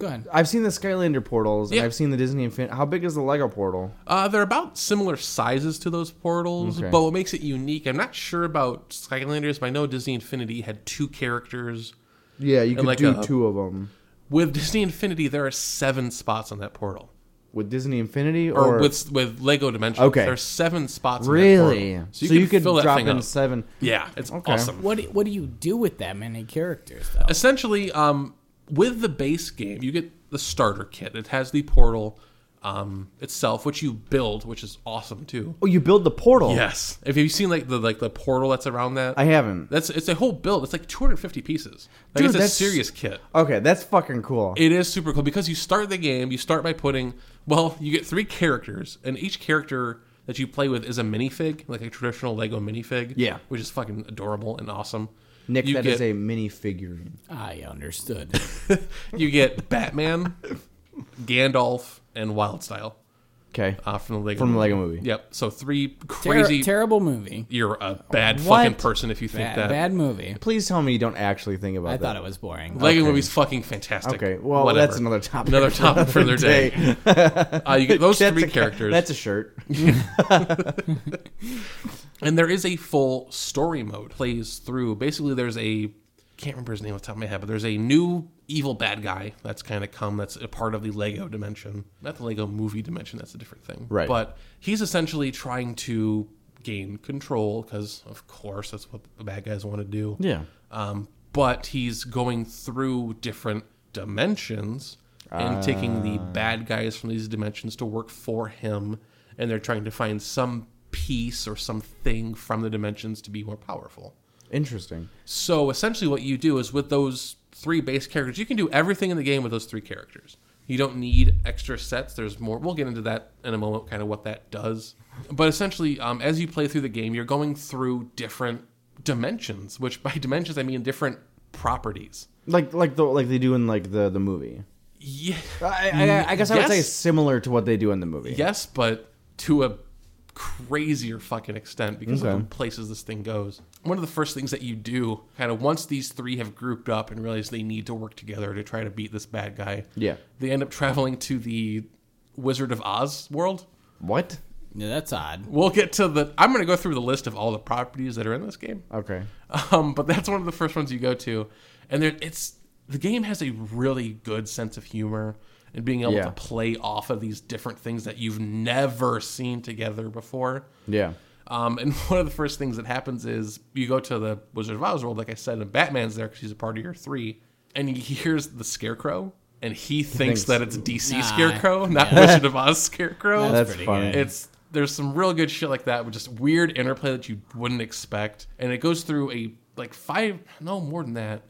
[SPEAKER 2] Go ahead.
[SPEAKER 1] I've seen the Skylander portals, and
[SPEAKER 3] Yeah.
[SPEAKER 1] I've seen the Disney Infin. How big is the Lego portal?
[SPEAKER 3] Uh, they're about similar sizes to those portals,
[SPEAKER 1] Okay.
[SPEAKER 3] but what makes it unique, I'm not sure about Skylanders, but I know Disney Infinity had two characters.
[SPEAKER 1] Yeah, you could
[SPEAKER 3] like
[SPEAKER 1] do
[SPEAKER 3] a-
[SPEAKER 1] two of them
[SPEAKER 3] With Disney Infinity, there are seven spots on that portal.
[SPEAKER 1] with Disney Infinity or,
[SPEAKER 3] Or, with with Lego Dimensions,
[SPEAKER 1] Okay.
[SPEAKER 3] there are seven spots.
[SPEAKER 1] really.
[SPEAKER 3] on that portal.
[SPEAKER 1] So you, could
[SPEAKER 3] fill that
[SPEAKER 1] drop
[SPEAKER 3] thing
[SPEAKER 1] in
[SPEAKER 3] up.
[SPEAKER 1] seven.
[SPEAKER 3] Yeah, it's
[SPEAKER 1] Okay.
[SPEAKER 3] awesome.
[SPEAKER 2] What do- what do you do with that many characters though?
[SPEAKER 3] essentially um, with the base game you get the starter kit it has the portal um, itself which you build which is awesome too
[SPEAKER 1] Oh, you build the portal.
[SPEAKER 3] yes if you've seen like the like the portal that's around that
[SPEAKER 1] I haven't.
[SPEAKER 3] that's it's a whole build it's like 250 pieces like
[SPEAKER 1] Dude,
[SPEAKER 3] it's a
[SPEAKER 1] that's-
[SPEAKER 3] serious kit
[SPEAKER 1] Okay, that's fucking cool.
[SPEAKER 3] it is super cool because you start the game you start by putting well you get three characters and each character that you play with is a minifig like a traditional lego minifig
[SPEAKER 1] Yeah.
[SPEAKER 3] which is fucking adorable and awesome
[SPEAKER 1] Nick,
[SPEAKER 3] You
[SPEAKER 1] that is
[SPEAKER 3] get-
[SPEAKER 1] a mini figurine.
[SPEAKER 2] I understood.
[SPEAKER 3] you get Batman, Gandalf, and Wildstyle
[SPEAKER 1] Okay.
[SPEAKER 3] uh, from the Lego
[SPEAKER 1] From the Lego movie.
[SPEAKER 3] Yep. So three
[SPEAKER 2] Ter-
[SPEAKER 3] crazy.
[SPEAKER 2] terrible movie.
[SPEAKER 3] you're a bad
[SPEAKER 1] What?
[SPEAKER 3] fucking person if you think
[SPEAKER 2] Bad,
[SPEAKER 3] that.
[SPEAKER 2] bad movie.
[SPEAKER 1] Please tell me you don't actually think about
[SPEAKER 2] I
[SPEAKER 1] that.
[SPEAKER 2] thought it was boring.
[SPEAKER 3] Lego
[SPEAKER 1] Okay.
[SPEAKER 3] movie's fucking fantastic.
[SPEAKER 1] Okay, well,
[SPEAKER 3] Whatever.
[SPEAKER 1] that's another topic.
[SPEAKER 3] Another topic for another day. Uh, you get those
[SPEAKER 1] That's
[SPEAKER 3] three
[SPEAKER 1] a-
[SPEAKER 3] characters,
[SPEAKER 1] That's a shirt.
[SPEAKER 3] and there is a full story mode plays through. Basically, there's a can't remember his name off the top of my head, but there's a new evil bad guy that's kind of come. That's a part of the Lego dimension, not the Lego movie dimension. That's a different thing,
[SPEAKER 1] Right.
[SPEAKER 3] But he's essentially trying to gain control because, of course, that's what the bad guys want to do.
[SPEAKER 1] Yeah.
[SPEAKER 3] Um, but he's going through different dimensions and taking the bad guys from these dimensions to work for him. And they're trying to find some piece or something from the dimensions to be more powerful.
[SPEAKER 1] Interesting.
[SPEAKER 3] So essentially, what you do is with those three base characters, you can do everything in the game with those three characters. You don't need extra sets. There's more. We'll get into that in a moment, kind of what that does. But essentially, um, as you play through the game, you're going through different dimensions, which by dimensions, I mean different properties.
[SPEAKER 1] Like like the like they do in like the the movie.
[SPEAKER 3] Yeah.
[SPEAKER 1] I, I, I guess I would say
[SPEAKER 3] Mm, Yes.
[SPEAKER 1] similar to what they do in the movie.
[SPEAKER 3] Yes, but to a crazier fucking extent because of
[SPEAKER 1] Okay.
[SPEAKER 3] the places this thing goes. One of the first things that you do, kind of once these three have grouped up and realize they need to work together to try to beat this bad guy,
[SPEAKER 1] Yeah.
[SPEAKER 3] they end up traveling to the Wizard of Oz world.
[SPEAKER 1] What?
[SPEAKER 2] Yeah, that's odd.
[SPEAKER 3] We'll get to the. I'm going to go through the list of all the properties that are in this game,
[SPEAKER 1] Okay.
[SPEAKER 3] um, but that's one of the first ones you go to, and there it's the game has a really good sense of humor and being able
[SPEAKER 1] Yeah.
[SPEAKER 3] to play off of these different things that you've never seen together before.
[SPEAKER 1] Yeah.
[SPEAKER 3] Um, and one of the first things that happens is you go to the Wizard of Oz world, like I said, and Batman's there because he's a part of your three, and he hears the Scarecrow, and he thinks,
[SPEAKER 1] thinks-
[SPEAKER 3] that it's DC
[SPEAKER 2] Nah.
[SPEAKER 3] Scarecrow, not Wizard of Oz Scarecrow.
[SPEAKER 1] That's
[SPEAKER 2] pretty
[SPEAKER 1] funny.
[SPEAKER 3] It's there's some real good shit like that with just weird interplay that you wouldn't expect, and it goes through a like five, no more than that,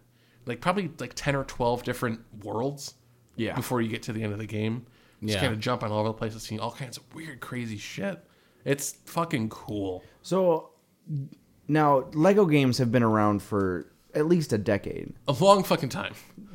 [SPEAKER 3] like probably like ten or twelve different worlds.
[SPEAKER 1] Yeah.
[SPEAKER 3] Before you get to the end of the game, just
[SPEAKER 2] Yeah.
[SPEAKER 3] kind of jumping all over the place and seeing all kinds of weird, crazy shit. It's fucking cool.
[SPEAKER 1] So now Lego games have been around for at least a decade.
[SPEAKER 3] A long fucking time.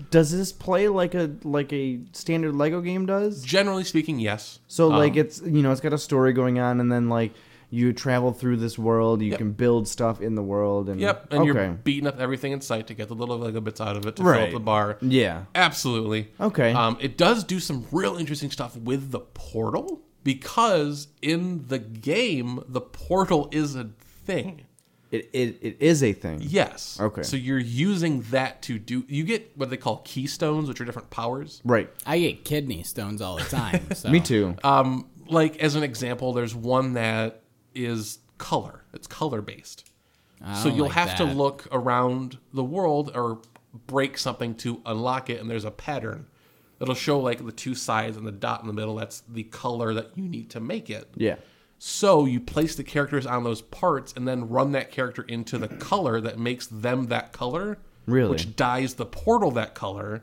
[SPEAKER 1] Does this play like a like a standard Lego game does?
[SPEAKER 3] Generally speaking, yes. Um,
[SPEAKER 1] So like it's you know it's got a story going on and then like you travel through this world, you can build stuff in the world and
[SPEAKER 3] Yep. And
[SPEAKER 1] okay.
[SPEAKER 3] you're beating up everything in sight to get the little Lego bits out of it to fill up
[SPEAKER 1] Right.
[SPEAKER 3] the bar.
[SPEAKER 1] yeah.
[SPEAKER 3] Absolutely.
[SPEAKER 1] Okay.
[SPEAKER 3] Um, it does do some real interesting stuff with the portal because in the game, the portal is a thing.
[SPEAKER 1] It, it it is a thing.
[SPEAKER 3] Yes.
[SPEAKER 1] Okay.
[SPEAKER 3] So you're using that to do. You get what they call keystones, which are different powers.
[SPEAKER 1] Right.
[SPEAKER 2] I get kidney stones all the time. So.
[SPEAKER 1] Me too.
[SPEAKER 3] Um, like as an example, there's one that is color. It's color based.
[SPEAKER 2] I
[SPEAKER 3] So
[SPEAKER 2] don't
[SPEAKER 3] you'll
[SPEAKER 2] like
[SPEAKER 3] have to
[SPEAKER 2] that.
[SPEAKER 3] look around the world or break something to unlock it, and there's a pattern. It'll show like the two sides and the dot in the middle. That's the color that you need to make it.
[SPEAKER 1] yeah.
[SPEAKER 3] So you place the characters on those parts and then run that character into the color that makes them that color.
[SPEAKER 1] Really?
[SPEAKER 3] Which dyes the portal that color,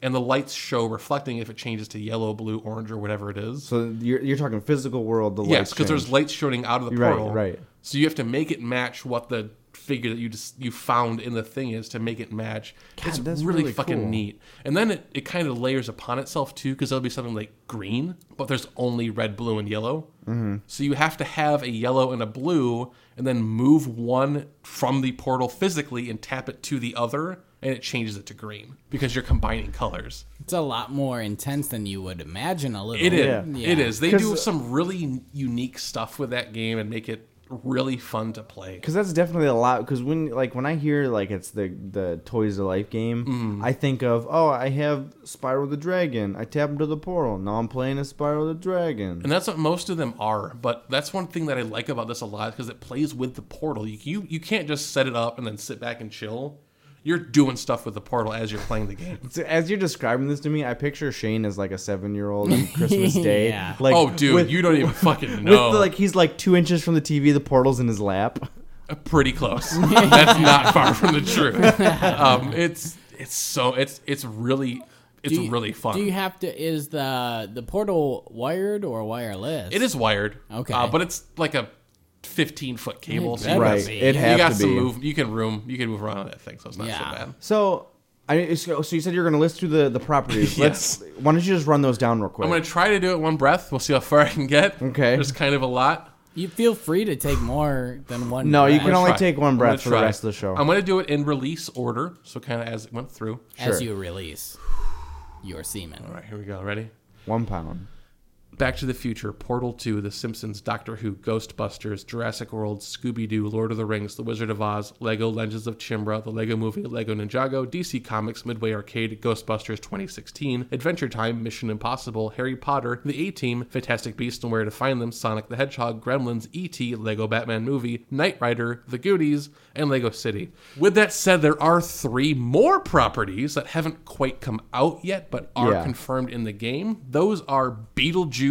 [SPEAKER 3] and the lights show reflecting if it changes to yellow, blue, orange, or whatever it is.
[SPEAKER 1] So you're you're talking physical world. The
[SPEAKER 3] Yes,
[SPEAKER 1] lights
[SPEAKER 3] because there's
[SPEAKER 1] change.
[SPEAKER 3] lights shooting out of the
[SPEAKER 1] Right,
[SPEAKER 3] portal.
[SPEAKER 1] right.
[SPEAKER 3] So you have to make it match what the figure that you just you found in the thing is to make it match. it's
[SPEAKER 1] that's
[SPEAKER 3] really,
[SPEAKER 1] really
[SPEAKER 3] fucking
[SPEAKER 1] cool.
[SPEAKER 3] neat. And then it, it kind of layers upon itself too, because there'll be something like green, but there's only red, blue, and yellow. Mm-hmm. So you have to have a yellow and a blue, and then move one from the portal physically and tap it to the other, and it changes it to green because you're combining colors.
[SPEAKER 2] It's a lot more intense than you would imagine. A little.
[SPEAKER 3] It is.
[SPEAKER 1] Yeah. uh,
[SPEAKER 3] It is. They do
[SPEAKER 1] 'Cause-
[SPEAKER 3] some really unique stuff with that game and make it really fun to play.
[SPEAKER 1] Because that's definitely a lot. Because when like when I hear like it's the the Toys of Life game,
[SPEAKER 3] Mm-hmm.
[SPEAKER 1] I think of oh I have Spiral the Dragon. I tap into the portal. Now I'm playing a Spiral the Dragon.
[SPEAKER 3] And that's what most of them are. But that's one thing that I like about this a lot because it plays with the portal. You, you you can't just set it up and then sit back and chill. You're doing stuff with the portal as you're playing the game.
[SPEAKER 1] So as you're describing this to me, I picture Shane as like a seven year old on Christmas Day.
[SPEAKER 2] Yeah.
[SPEAKER 1] Like
[SPEAKER 3] oh, dude,
[SPEAKER 1] with,
[SPEAKER 3] you don't even fucking
[SPEAKER 1] with
[SPEAKER 3] know.
[SPEAKER 1] the, like he's like two inches from the TV. The portal's in his lap.
[SPEAKER 3] Uh, pretty close. That's not far from the truth. Um, it's it's so it's it's really it's
[SPEAKER 2] Do you-
[SPEAKER 3] really fun.
[SPEAKER 2] Do you have to? Is the the portal wired or wireless?
[SPEAKER 3] it is wired,
[SPEAKER 2] Okay.
[SPEAKER 3] uh, but it's like a fifteen foot cable. so
[SPEAKER 2] better
[SPEAKER 3] you got-
[SPEAKER 1] Right.
[SPEAKER 2] be.
[SPEAKER 1] It
[SPEAKER 3] you
[SPEAKER 1] has
[SPEAKER 3] got
[SPEAKER 1] to
[SPEAKER 3] some
[SPEAKER 1] be.
[SPEAKER 3] move. You can room. You can move around on that thing, so it's not
[SPEAKER 2] Yeah.
[SPEAKER 3] so bad.
[SPEAKER 1] So. I, so so you said you're going to list through the, the properties.
[SPEAKER 3] Yes.
[SPEAKER 1] Let's. Why don't you just run those down real quick?
[SPEAKER 3] I'm gonna try to do it one breath. We'll see how far I can get.
[SPEAKER 1] Okay.
[SPEAKER 3] There's kind of a lot.
[SPEAKER 2] You feel free to take more than one.
[SPEAKER 1] No, you
[SPEAKER 2] breath
[SPEAKER 1] can only
[SPEAKER 3] Try.
[SPEAKER 1] take one
[SPEAKER 3] I'm gonna
[SPEAKER 1] breath for the
[SPEAKER 3] try.
[SPEAKER 1] rest of the show.
[SPEAKER 3] I'm gonna do it in release order, so kind of as it went through.
[SPEAKER 2] as
[SPEAKER 1] sure.
[SPEAKER 2] you release your semen.
[SPEAKER 3] All right, here we go. Ready?
[SPEAKER 1] One pound.
[SPEAKER 3] Back to the Future, Portal 2, The Simpsons, Doctor Who, Ghostbusters, Jurassic World, Scooby Doo, Lord of the Rings, The Wizard of Oz, Lego Legends of Chimbra, The Lego Movie, Lego Ninjago, DC Comics, Midway Arcade, Ghostbusters 2016, Adventure Time, Mission Impossible, Harry Potter, The A Team, Fantastic Beasts and Where to Find Them, Sonic the Hedgehog, Gremlins, E.T., Lego Batman Movie, Knight Rider, The Goonies, and Lego City. With that said, there are three more properties that haven't quite come out yet, but are
[SPEAKER 1] Yeah.
[SPEAKER 3] confirmed confirmed in the game. Those are Beetlejuice,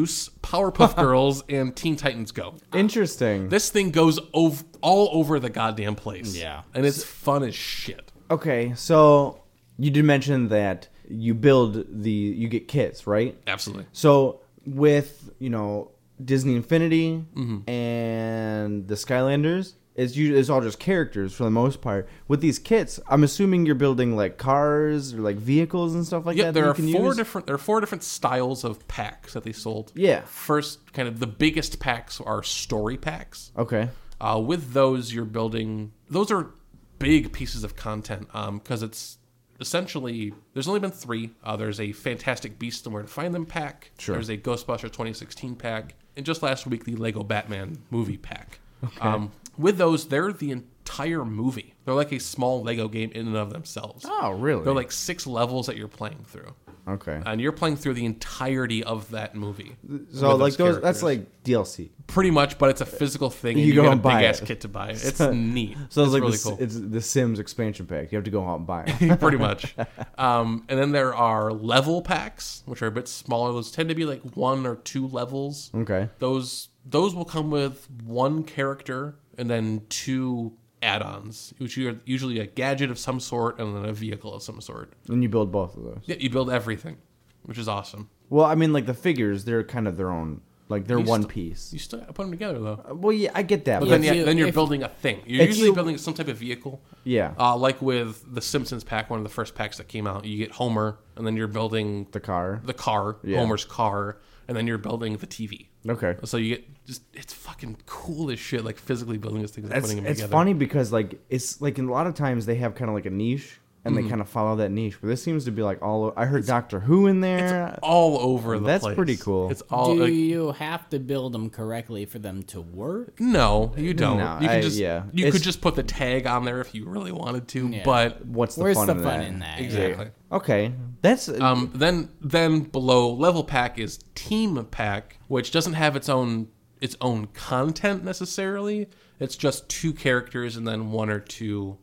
[SPEAKER 3] Powerpuff Girls, and Teen Titans Go.
[SPEAKER 1] Interesting.
[SPEAKER 3] This thing goes ov- all over the goddamn place.
[SPEAKER 2] Yeah.
[SPEAKER 3] And it's fun as shit.
[SPEAKER 1] okay, so you did mention that you build the you get kits, right?
[SPEAKER 3] Absolutely.
[SPEAKER 1] So with you know Disney Infinity
[SPEAKER 3] Mm-hmm.
[SPEAKER 1] and the Skylanders, it's you it's all just characters for the most part. With these kits, I'm assuming you're building like cars or like vehicles and stuff like
[SPEAKER 3] Yeah,
[SPEAKER 1] that.
[SPEAKER 3] there
[SPEAKER 1] that
[SPEAKER 3] are
[SPEAKER 1] you can
[SPEAKER 3] four
[SPEAKER 1] use?
[SPEAKER 3] different there are four different styles of packs that they sold.
[SPEAKER 1] Yeah.
[SPEAKER 3] First, kind of the biggest packs are story packs.
[SPEAKER 1] Okay.
[SPEAKER 3] Uh, with those, you're building. Those are big pieces of content because it's essentially there's only been three. Uh, there's a Fantastic Beasts and Where to Find Them pack.
[SPEAKER 1] Sure.
[SPEAKER 3] There's a Ghostbusters 2016 pack, and just last week the Lego Batman movie pack. Um, with those, they're the entire movie. They're like a small Lego game in and of themselves.
[SPEAKER 1] Oh, really?
[SPEAKER 3] They're like six levels that you're playing through.
[SPEAKER 1] Okay.
[SPEAKER 3] And you're playing through the entirety of that movie.
[SPEAKER 1] so
[SPEAKER 3] with
[SPEAKER 1] like those
[SPEAKER 3] characters.
[SPEAKER 1] that's like DLC.
[SPEAKER 3] pretty much, but it's a physical thing.
[SPEAKER 1] You
[SPEAKER 3] And you,
[SPEAKER 1] go
[SPEAKER 3] get a
[SPEAKER 1] and buy
[SPEAKER 3] big ass
[SPEAKER 1] it.
[SPEAKER 3] kit to buy it. It's neat.
[SPEAKER 1] So it's,
[SPEAKER 3] it's
[SPEAKER 1] like
[SPEAKER 3] really
[SPEAKER 1] the,
[SPEAKER 3] cool.
[SPEAKER 1] it's the Sims expansion pack. You have to go out and buy it.
[SPEAKER 3] pretty much. Um, and then there are level packs, which are a bit smaller. Those tend to be like one or two levels.
[SPEAKER 1] Okay.
[SPEAKER 3] Those those will come with one character and then two add-ons, which are usually a gadget of some sort and then a vehicle of some sort.
[SPEAKER 1] And you build both of those.
[SPEAKER 3] Yeah, you build everything, which is awesome.
[SPEAKER 1] Well, I mean, like the figures, they're kind of their own. Like they're
[SPEAKER 3] You
[SPEAKER 1] one
[SPEAKER 3] still-
[SPEAKER 1] piece.
[SPEAKER 3] You still gotta put them together though.
[SPEAKER 1] well, yeah, I get that. But
[SPEAKER 3] But then,
[SPEAKER 2] If
[SPEAKER 3] yeah,
[SPEAKER 2] you-
[SPEAKER 3] then you're
[SPEAKER 2] if-
[SPEAKER 3] building a thing. You're usually
[SPEAKER 1] you-
[SPEAKER 3] building some type of vehicle.
[SPEAKER 1] Yeah.
[SPEAKER 3] Uh, like with the Simpsons pack, one of the first packs that came out, you get Homer, and then you're building
[SPEAKER 1] the car.
[SPEAKER 3] the car,
[SPEAKER 1] Yeah.
[SPEAKER 3] Homer's car, and then you're building the TV.
[SPEAKER 1] okay.
[SPEAKER 3] So you get just it's fucking cool as shit, like physically building these things and
[SPEAKER 1] That's,
[SPEAKER 3] putting them
[SPEAKER 1] it's
[SPEAKER 3] together.
[SPEAKER 1] funny because like it's like in a lot of times they have kind of like a niche and
[SPEAKER 3] Mm-hmm.
[SPEAKER 1] they kind of follow that niche. But this seems to be like all. o- I heard Doctor Who in there.
[SPEAKER 3] All over the
[SPEAKER 1] That's
[SPEAKER 3] place.
[SPEAKER 1] pretty cool.
[SPEAKER 3] It's all
[SPEAKER 2] Do
[SPEAKER 3] like,
[SPEAKER 2] you have to build them correctly for them to work?
[SPEAKER 3] no, you don't.
[SPEAKER 1] No,
[SPEAKER 3] you can
[SPEAKER 1] I-
[SPEAKER 3] just
[SPEAKER 1] yeah.
[SPEAKER 3] you
[SPEAKER 1] It's-
[SPEAKER 3] could just put the tag on there if you really wanted to, but
[SPEAKER 1] What's the
[SPEAKER 2] Where's
[SPEAKER 1] fun,
[SPEAKER 2] the
[SPEAKER 1] in,
[SPEAKER 2] fun
[SPEAKER 1] that?
[SPEAKER 2] in that?
[SPEAKER 3] exactly.
[SPEAKER 1] Okay, that's uh,
[SPEAKER 3] Um, then then below level pack is team pack, which doesn't have its own its own content necessarily. It's just two characters and then one or two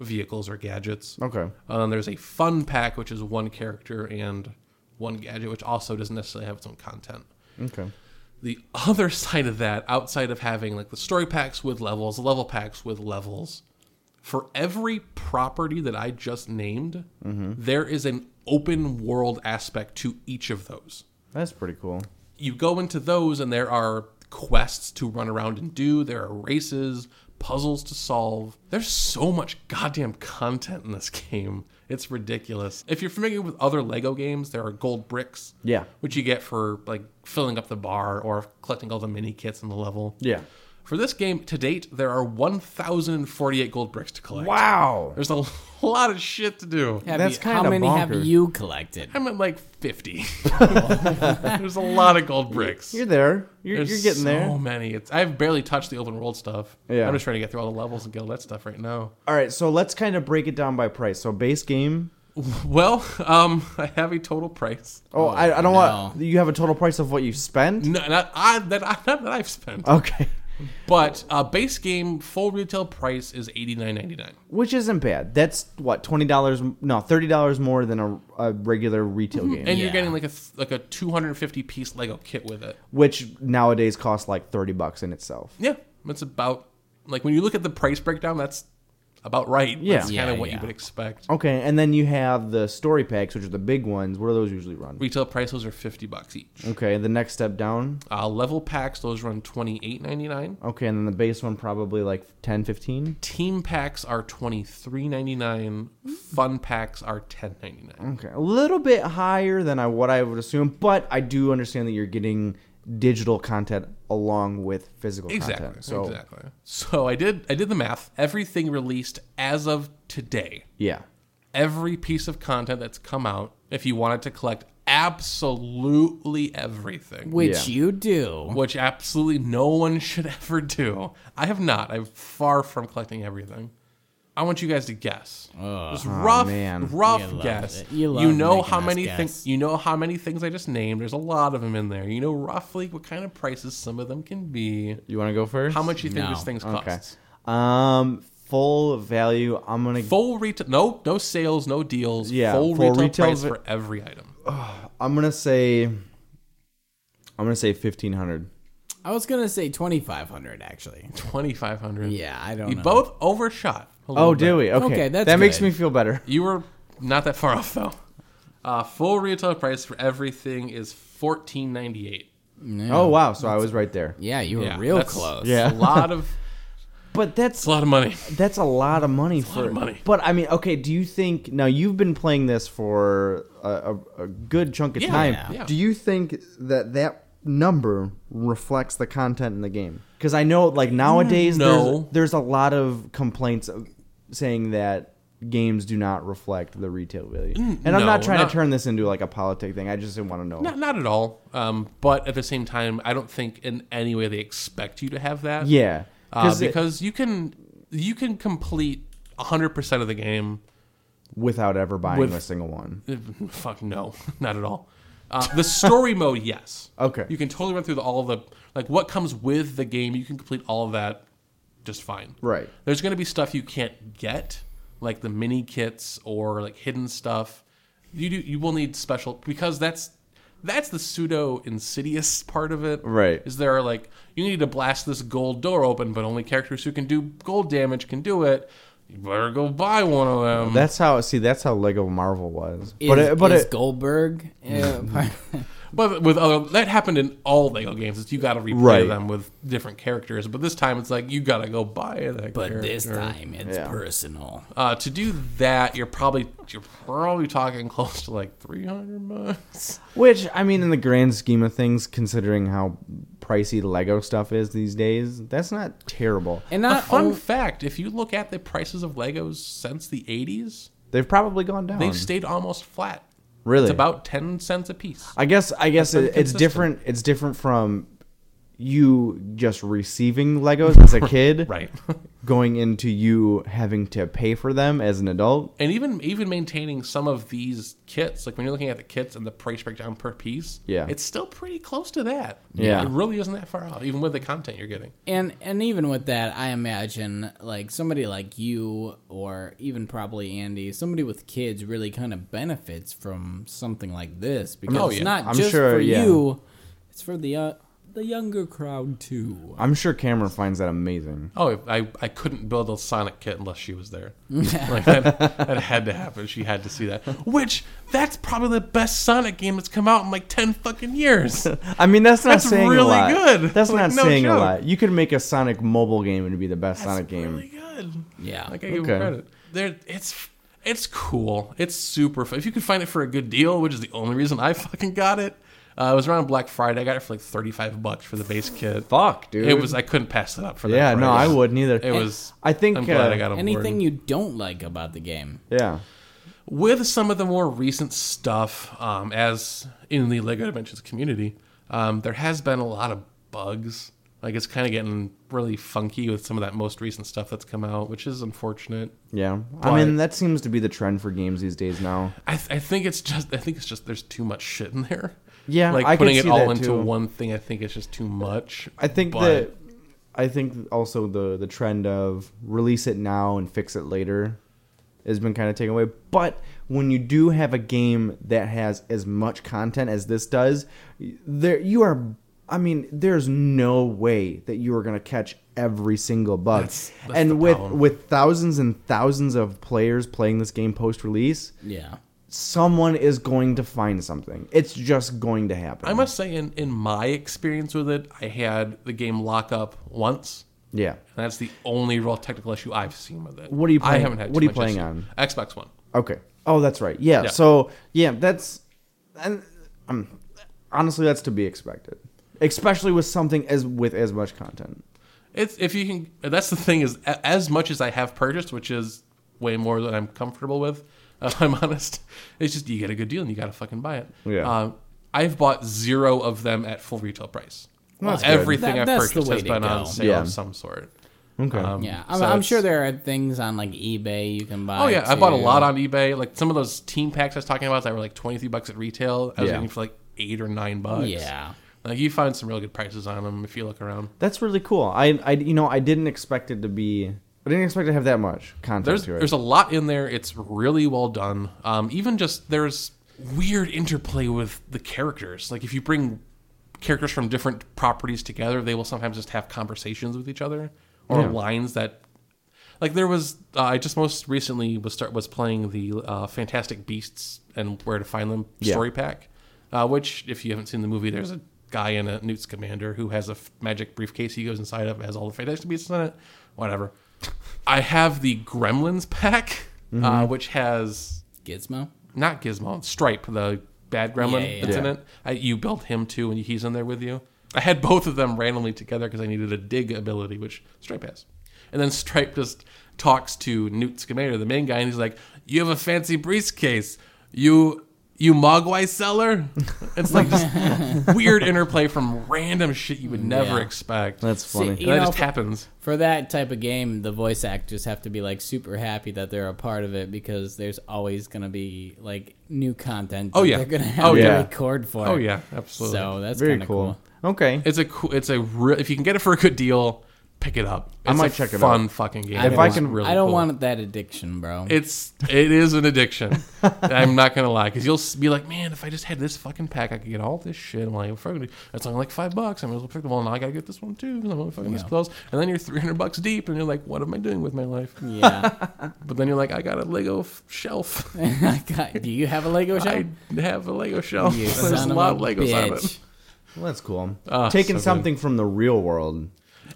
[SPEAKER 3] vehicles or gadgets.
[SPEAKER 1] okay.
[SPEAKER 3] And then there's a fun pack, which is one character and one gadget, which also doesn't necessarily have its own content.
[SPEAKER 1] Okay.
[SPEAKER 3] The other side of that, outside of having like the story packs with levels, level packs with levels, for every property that I just named, there is an open world aspect to each of those.
[SPEAKER 1] That's pretty cool.
[SPEAKER 3] You go into those, and there are quests to run around and do, there are races, puzzles to solve. There's so much goddamn content in this game. It's ridiculous. If you're familiar with other Lego games, there are gold bricks
[SPEAKER 1] Yeah.
[SPEAKER 3] which you get for like filling up the bar or collecting all the mini kits in the level.
[SPEAKER 1] Yeah.
[SPEAKER 3] For this game to date, there are 1,048 gold bricks to collect.
[SPEAKER 1] Wow.
[SPEAKER 3] There's a lot of shit to do.
[SPEAKER 2] Have
[SPEAKER 1] That's
[SPEAKER 2] you- how
[SPEAKER 1] kinda
[SPEAKER 2] many have
[SPEAKER 1] bonkers.
[SPEAKER 2] you collected?
[SPEAKER 3] I'm at like 50. There's a lot of gold bricks.
[SPEAKER 1] You're there. You're,
[SPEAKER 3] There's
[SPEAKER 1] you're getting
[SPEAKER 3] so
[SPEAKER 1] there.
[SPEAKER 3] many. It's I've barely touched the open world stuff.
[SPEAKER 1] Yeah.
[SPEAKER 3] I'm just trying to get through all the levels and get all that stuff right now.
[SPEAKER 1] All right, so let's kind of break it down by price. So base game.
[SPEAKER 3] Well, um, I have a total price.
[SPEAKER 1] Oh, I, I don't want.
[SPEAKER 2] no.
[SPEAKER 1] You have a total price of what you spent.
[SPEAKER 3] No, not, I, that I, not that I've spent,
[SPEAKER 1] Okay,
[SPEAKER 3] but uh, base game full retail price is eighty nine ninety nine.
[SPEAKER 1] which isn't bad. That's what twenty dollars. No, thirty dollars more than a, a regular retail game,
[SPEAKER 3] and you're
[SPEAKER 2] Yeah.
[SPEAKER 3] getting like a th- like a 250 piece Lego kit with it.
[SPEAKER 1] which nowadays costs like thirty bucks in itself.
[SPEAKER 3] Yeah, that's about like when you look at the price breakdown, that's about right.
[SPEAKER 1] Yeah.
[SPEAKER 3] that's kind
[SPEAKER 2] Yeah,
[SPEAKER 3] of what you
[SPEAKER 2] yeah.
[SPEAKER 3] would expect.
[SPEAKER 1] Okay, and then you have the story packs, which are the big ones. What do those usually run?
[SPEAKER 3] Retail price those are 50 bucks each.
[SPEAKER 1] Okay, the next step down.
[SPEAKER 3] Uh, level packs those run 28.99.
[SPEAKER 1] Okay, and then the base one probably like 10, 15.
[SPEAKER 3] Team packs are 23.99. Fun packs are 10.99.
[SPEAKER 1] Okay, a little bit higher than I what I would assume, but I do understand that you're getting digital content along with physical
[SPEAKER 3] Exactly.
[SPEAKER 1] content. So
[SPEAKER 3] Exactly. So I did I did the math. Everything released as of today.
[SPEAKER 1] yeah,
[SPEAKER 3] Every piece of content that's come out, if you wanted to collect absolutely everything,
[SPEAKER 2] Which
[SPEAKER 1] Yeah.
[SPEAKER 2] you do.
[SPEAKER 3] which absolutely no one should ever do. I have not. I'm far from collecting everything. I want you guys to guess. Just rough,
[SPEAKER 1] man.
[SPEAKER 3] rough
[SPEAKER 2] Oh, You love
[SPEAKER 3] guess.
[SPEAKER 2] it. You love
[SPEAKER 3] know
[SPEAKER 2] making
[SPEAKER 3] how
[SPEAKER 2] us
[SPEAKER 3] many
[SPEAKER 2] guess.
[SPEAKER 3] things. You know how many things I just named. There's a lot of them in there. You know roughly what kind of prices some of them can be.
[SPEAKER 1] you want to go first?
[SPEAKER 3] How much you think
[SPEAKER 2] No.
[SPEAKER 3] these things cost?
[SPEAKER 1] Okay. Um, full value. I'm gonna.
[SPEAKER 3] Full retail. No, no sales, no deals.
[SPEAKER 1] Yeah,
[SPEAKER 3] full,
[SPEAKER 1] full
[SPEAKER 3] retail,
[SPEAKER 1] retail
[SPEAKER 3] price
[SPEAKER 1] va-
[SPEAKER 3] for every item.
[SPEAKER 1] I'm gonna say. I'm gonna say 1500.
[SPEAKER 2] I was gonna say twenty five hundred actually.
[SPEAKER 3] Twenty five hundred.
[SPEAKER 2] Yeah, I don't
[SPEAKER 3] You
[SPEAKER 2] know.
[SPEAKER 3] both overshot. a little
[SPEAKER 1] Oh,
[SPEAKER 3] bit.
[SPEAKER 1] do we? Okay,
[SPEAKER 2] Okay, that's
[SPEAKER 1] that makes
[SPEAKER 2] good.
[SPEAKER 1] me feel better.
[SPEAKER 3] You were not that far off though. Uh, full retail price for everything is fourteen ninety eight.
[SPEAKER 1] Oh wow, so I was right there.
[SPEAKER 2] Yeah, you were real close.
[SPEAKER 1] Yeah.
[SPEAKER 3] a lot of
[SPEAKER 1] But that's
[SPEAKER 3] it's a lot of money.
[SPEAKER 1] that's a lot of money for
[SPEAKER 3] of money.
[SPEAKER 1] But I mean, okay. Do you think now you've been playing this for a, a, a good chunk of
[SPEAKER 3] Yeah,
[SPEAKER 1] time?
[SPEAKER 3] yeah.
[SPEAKER 1] Do you think that that number reflects the content in the game? Because I know, like nowadays,
[SPEAKER 3] Mm. No.
[SPEAKER 1] there's, there's a lot of complaints of- saying that games do not reflect the retail value. And I'm
[SPEAKER 3] Mm, no,
[SPEAKER 1] not trying
[SPEAKER 3] not-
[SPEAKER 1] to turn this into like a politic thing. I just want to know.
[SPEAKER 3] Not, not at all. Um, but at the same time, I don't think in any way they expect you to have that.
[SPEAKER 1] Yeah,
[SPEAKER 3] uh,
[SPEAKER 1] it-
[SPEAKER 3] because you can you can complete hundred percent of the game.
[SPEAKER 1] without ever buying
[SPEAKER 3] with-
[SPEAKER 1] a single one.
[SPEAKER 3] Fuck no, not at all. Uh, the story mode, yes.
[SPEAKER 1] Okay.
[SPEAKER 3] You can totally run through the, all of the like what comes with the game. You can complete all of that just fine.
[SPEAKER 1] Right.
[SPEAKER 3] There's going to be stuff you can't get, like the mini kits or like hidden stuff. You do. You will need special because that's that's the pseudo insidious part of it.
[SPEAKER 1] Right.
[SPEAKER 3] Is there are, like you need to blast this gold door open, but only characters who can do gold damage can do it. You better go buy one of them.
[SPEAKER 1] That's how see. That's how Lego Marvel was.
[SPEAKER 2] Is,
[SPEAKER 1] but it, but
[SPEAKER 2] is
[SPEAKER 1] it,
[SPEAKER 2] Goldberg uh, part-
[SPEAKER 3] But with other that happened in all Lego games. It's you got to replay
[SPEAKER 1] Right.
[SPEAKER 3] them with different characters. But this time it's like you got to go buy that.
[SPEAKER 2] but
[SPEAKER 3] character.
[SPEAKER 2] this time it's
[SPEAKER 1] Yeah.
[SPEAKER 2] personal.
[SPEAKER 3] uh, to do that, you're probably you're probably talking close to like 300 bucks.
[SPEAKER 1] Which I mean, in the grand scheme of things, considering how pricey Lego stuff is these days, that's not terrible.
[SPEAKER 2] And
[SPEAKER 3] A
[SPEAKER 2] not
[SPEAKER 3] fun
[SPEAKER 2] on-
[SPEAKER 3] fact: if you look at the prices of Legos since the 80s,
[SPEAKER 1] They've probably gone down.
[SPEAKER 3] they've stayed almost flat.
[SPEAKER 1] Really?
[SPEAKER 3] it's about 10 cents a piece.
[SPEAKER 1] I guess I guess
[SPEAKER 3] been
[SPEAKER 1] it, it's
[SPEAKER 3] consistent.
[SPEAKER 1] different. It's different from you just receiving Legos as a kid,
[SPEAKER 3] Right.
[SPEAKER 1] Going into you having to pay for them as an adult.
[SPEAKER 3] And even even maintaining some of these kits, like when you're looking at the kits and the price breakdown per piece,
[SPEAKER 1] Yeah.
[SPEAKER 3] it's still pretty close to that.
[SPEAKER 1] Yeah.
[SPEAKER 3] it really isn't that far off, even with the content you're getting.
[SPEAKER 2] and and even with that, I imagine like somebody like you or even probably Andy, somebody with kids really kind of benefits from something like this because
[SPEAKER 3] Oh, yeah.
[SPEAKER 2] it's not
[SPEAKER 1] I'm
[SPEAKER 2] just
[SPEAKER 1] sure,
[SPEAKER 2] for
[SPEAKER 1] yeah.
[SPEAKER 2] you; it's for the uh, the younger crowd too.
[SPEAKER 1] I'm sure Cameron finds that amazing.
[SPEAKER 3] Oh, I, I couldn't build a Sonic kit unless she was there. like that, that had to happen. She had to see that. Which that's probably the best Sonic game that's come out in like ten fucking years.
[SPEAKER 1] I mean, that's not
[SPEAKER 3] That's
[SPEAKER 1] saying
[SPEAKER 3] really
[SPEAKER 1] a lot.
[SPEAKER 3] good.
[SPEAKER 1] That's
[SPEAKER 3] Like,
[SPEAKER 1] not
[SPEAKER 3] no
[SPEAKER 1] saying a
[SPEAKER 3] joke.
[SPEAKER 1] lot. You could make a Sonic mobile game and it'd be the best Sonic game.
[SPEAKER 3] Really good.
[SPEAKER 2] Yeah.
[SPEAKER 3] Like I give
[SPEAKER 1] Okay.
[SPEAKER 3] them credit. There, it's it's cool. It's super fun. If you could find it for a good deal, which is the only reason I fucking got it, Uh, it was around Black Friday. I got it for like thirty-five bucks for the base kit.
[SPEAKER 1] Fuck, dude.
[SPEAKER 3] It was I couldn't pass it up for that.
[SPEAKER 1] yeah, no, I
[SPEAKER 3] price.
[SPEAKER 1] wouldn't either.
[SPEAKER 3] It was.
[SPEAKER 1] I think
[SPEAKER 3] I'm glad
[SPEAKER 1] uh,
[SPEAKER 3] I got on
[SPEAKER 2] Anything
[SPEAKER 3] board.
[SPEAKER 2] you don't like about the game?
[SPEAKER 1] Yeah.
[SPEAKER 3] with some of the more recent stuff, um, as in the Lego Dimensions community, um, there has been a lot of bugs. Like it's kind of getting really funky with some of that most recent stuff that's come out, which is unfortunate.
[SPEAKER 1] Yeah.
[SPEAKER 3] But-
[SPEAKER 1] I mean, that seems to be the trend for games these days now.
[SPEAKER 3] I, th- I think it's just I think it's just there's too much shit in there.
[SPEAKER 1] Yeah,
[SPEAKER 3] like
[SPEAKER 1] I could
[SPEAKER 3] putting it
[SPEAKER 1] see
[SPEAKER 3] all
[SPEAKER 1] that,
[SPEAKER 3] into
[SPEAKER 1] too.
[SPEAKER 3] one thing. I think it's just too much.
[SPEAKER 1] I think
[SPEAKER 3] But-
[SPEAKER 1] that I think also the the trend of release it now and fix it later has been kind of taken away. But when you do have a game that has as much content as this does, there you are. I mean, there's no way that you are going to catch every single bug.
[SPEAKER 3] That's- that's the
[SPEAKER 1] and with
[SPEAKER 3] problem.
[SPEAKER 1] with thousands and thousands of players playing this game post release,
[SPEAKER 2] Yeah.
[SPEAKER 1] someone is going to find something. It's just going to happen.
[SPEAKER 3] I must say, in in my experience with it, I had the game lock up once.
[SPEAKER 1] Yeah.
[SPEAKER 3] And that's the only real technical issue I've seen with it.
[SPEAKER 1] What are you
[SPEAKER 3] I
[SPEAKER 1] playing-
[SPEAKER 3] haven't had.
[SPEAKER 1] what
[SPEAKER 3] too
[SPEAKER 1] are you
[SPEAKER 3] much
[SPEAKER 1] playing
[SPEAKER 3] issue.
[SPEAKER 1] on?
[SPEAKER 3] Xbox One.
[SPEAKER 1] Okay. Oh, that's right. Yeah.
[SPEAKER 3] Yeah.
[SPEAKER 1] So yeah, that's and um, honestly, that's to be expected, especially with something as with as much content.
[SPEAKER 3] It's if you can. That's the thing is, a- as much as I have purchased, which is way more than I'm comfortable with, if I'm honest, it's just you get a good deal and you gotta fucking buy it.
[SPEAKER 1] Yeah.
[SPEAKER 3] Um, I've bought zero of them at full retail price.
[SPEAKER 1] Well, that's good.
[SPEAKER 3] Everything
[SPEAKER 2] That-
[SPEAKER 3] I've
[SPEAKER 2] that's the
[SPEAKER 3] purchased
[SPEAKER 2] way
[SPEAKER 3] has
[SPEAKER 2] to
[SPEAKER 3] been
[SPEAKER 2] go.
[SPEAKER 3] on sale
[SPEAKER 1] Yeah.
[SPEAKER 3] of some sort.
[SPEAKER 1] Okay.
[SPEAKER 3] Um,
[SPEAKER 2] Yeah, I'm,
[SPEAKER 3] so
[SPEAKER 2] I'm
[SPEAKER 3] it's-
[SPEAKER 2] sure there are things on like eBay you can buy.
[SPEAKER 3] Oh yeah, I bought a
[SPEAKER 2] too.
[SPEAKER 3] lot on eBay. Like some of those team packs I was talking about that were like twenty three bucks at retail. I was
[SPEAKER 1] Yeah.
[SPEAKER 3] getting for like eight or nine bucks.
[SPEAKER 2] Yeah.
[SPEAKER 3] like you find some really good prices on them if you look around.
[SPEAKER 1] that's really cool. I I you know I didn't expect it to be. I didn't expect to have that much content
[SPEAKER 3] There's
[SPEAKER 1] to it.
[SPEAKER 3] there's a lot in there. It's really well done. Um, even just there's weird interplay with the characters. Like if you bring characters from different properties together, they will sometimes just have conversations with each other or
[SPEAKER 1] Yeah.
[SPEAKER 3] lines that. Like there was, uh, I just most recently was start was playing the uh, Fantastic Beasts and Where to Find Them
[SPEAKER 1] Yeah.
[SPEAKER 3] story pack, uh, which if you haven't seen the movie, there's a guy in a Newt's Commander who has a f- magic briefcase he goes inside of has all the Fantastic Beasts in it. Whatever. I have the Gremlins pack, uh, which has
[SPEAKER 2] Gizmo.
[SPEAKER 3] not Gizmo, Stripe, the bad gremlin
[SPEAKER 2] Yeah, yeah,
[SPEAKER 3] that's in
[SPEAKER 1] yeah.
[SPEAKER 3] it. I, you built him too, and he's in there with you. I had both of them randomly together because I needed a dig ability, which Stripe has. And then Stripe just talks to Newt Scamander, the main guy, and he's like, "You have a fancy briefcase, you." You mogwai seller? It's like just weird interplay from random shit you would never
[SPEAKER 2] Mm, Yeah.
[SPEAKER 3] expect.
[SPEAKER 1] that's
[SPEAKER 2] See,
[SPEAKER 1] funny.
[SPEAKER 2] you
[SPEAKER 3] and that
[SPEAKER 2] know,
[SPEAKER 3] just
[SPEAKER 2] for-
[SPEAKER 3] happens.
[SPEAKER 2] For that type of game, the voice actors have to be like super happy that they're a part of it because there's always gonna be like new content.
[SPEAKER 3] Oh,
[SPEAKER 2] that
[SPEAKER 3] yeah.
[SPEAKER 2] they're gonna
[SPEAKER 3] Oh,
[SPEAKER 2] have
[SPEAKER 1] yeah.
[SPEAKER 2] to record for.
[SPEAKER 3] Oh yeah, absolutely.
[SPEAKER 2] so that's
[SPEAKER 1] Very
[SPEAKER 2] kind of cool.
[SPEAKER 1] cool. Okay.
[SPEAKER 3] It's a cool. It's a real. If you can get it for a good deal, pick it up. It's
[SPEAKER 1] I might
[SPEAKER 3] a
[SPEAKER 1] check it
[SPEAKER 3] fun
[SPEAKER 1] out.
[SPEAKER 3] fucking game.
[SPEAKER 1] If
[SPEAKER 3] It's
[SPEAKER 1] I can-
[SPEAKER 3] really
[SPEAKER 2] I don't
[SPEAKER 3] cool.
[SPEAKER 2] want that addiction, bro.
[SPEAKER 3] It's it is an addiction. I'm not gonna lie, because you'll s- be like, man, if I just had this fucking pack, I could get all this shit. I'm like, fuck it. That's only like five bucks. I'm gonna pick them all. Now I gotta get this one too. 'cause I'm only fucking this
[SPEAKER 2] Yeah.
[SPEAKER 3] close. And then you're 300 bucks deep, and you're like, what am I doing with my life?
[SPEAKER 2] yeah.
[SPEAKER 3] But then you're like, I got a Lego f- shelf.
[SPEAKER 2] God, Do you have a Lego shop?
[SPEAKER 3] I have a Lego shelf.
[SPEAKER 2] You
[SPEAKER 3] There's
[SPEAKER 2] son
[SPEAKER 3] a
[SPEAKER 2] of
[SPEAKER 3] lot of Legos on it.
[SPEAKER 2] bitch.
[SPEAKER 1] Well, that's cool.
[SPEAKER 3] Ah,
[SPEAKER 1] Taking
[SPEAKER 3] so good.
[SPEAKER 1] something from the real world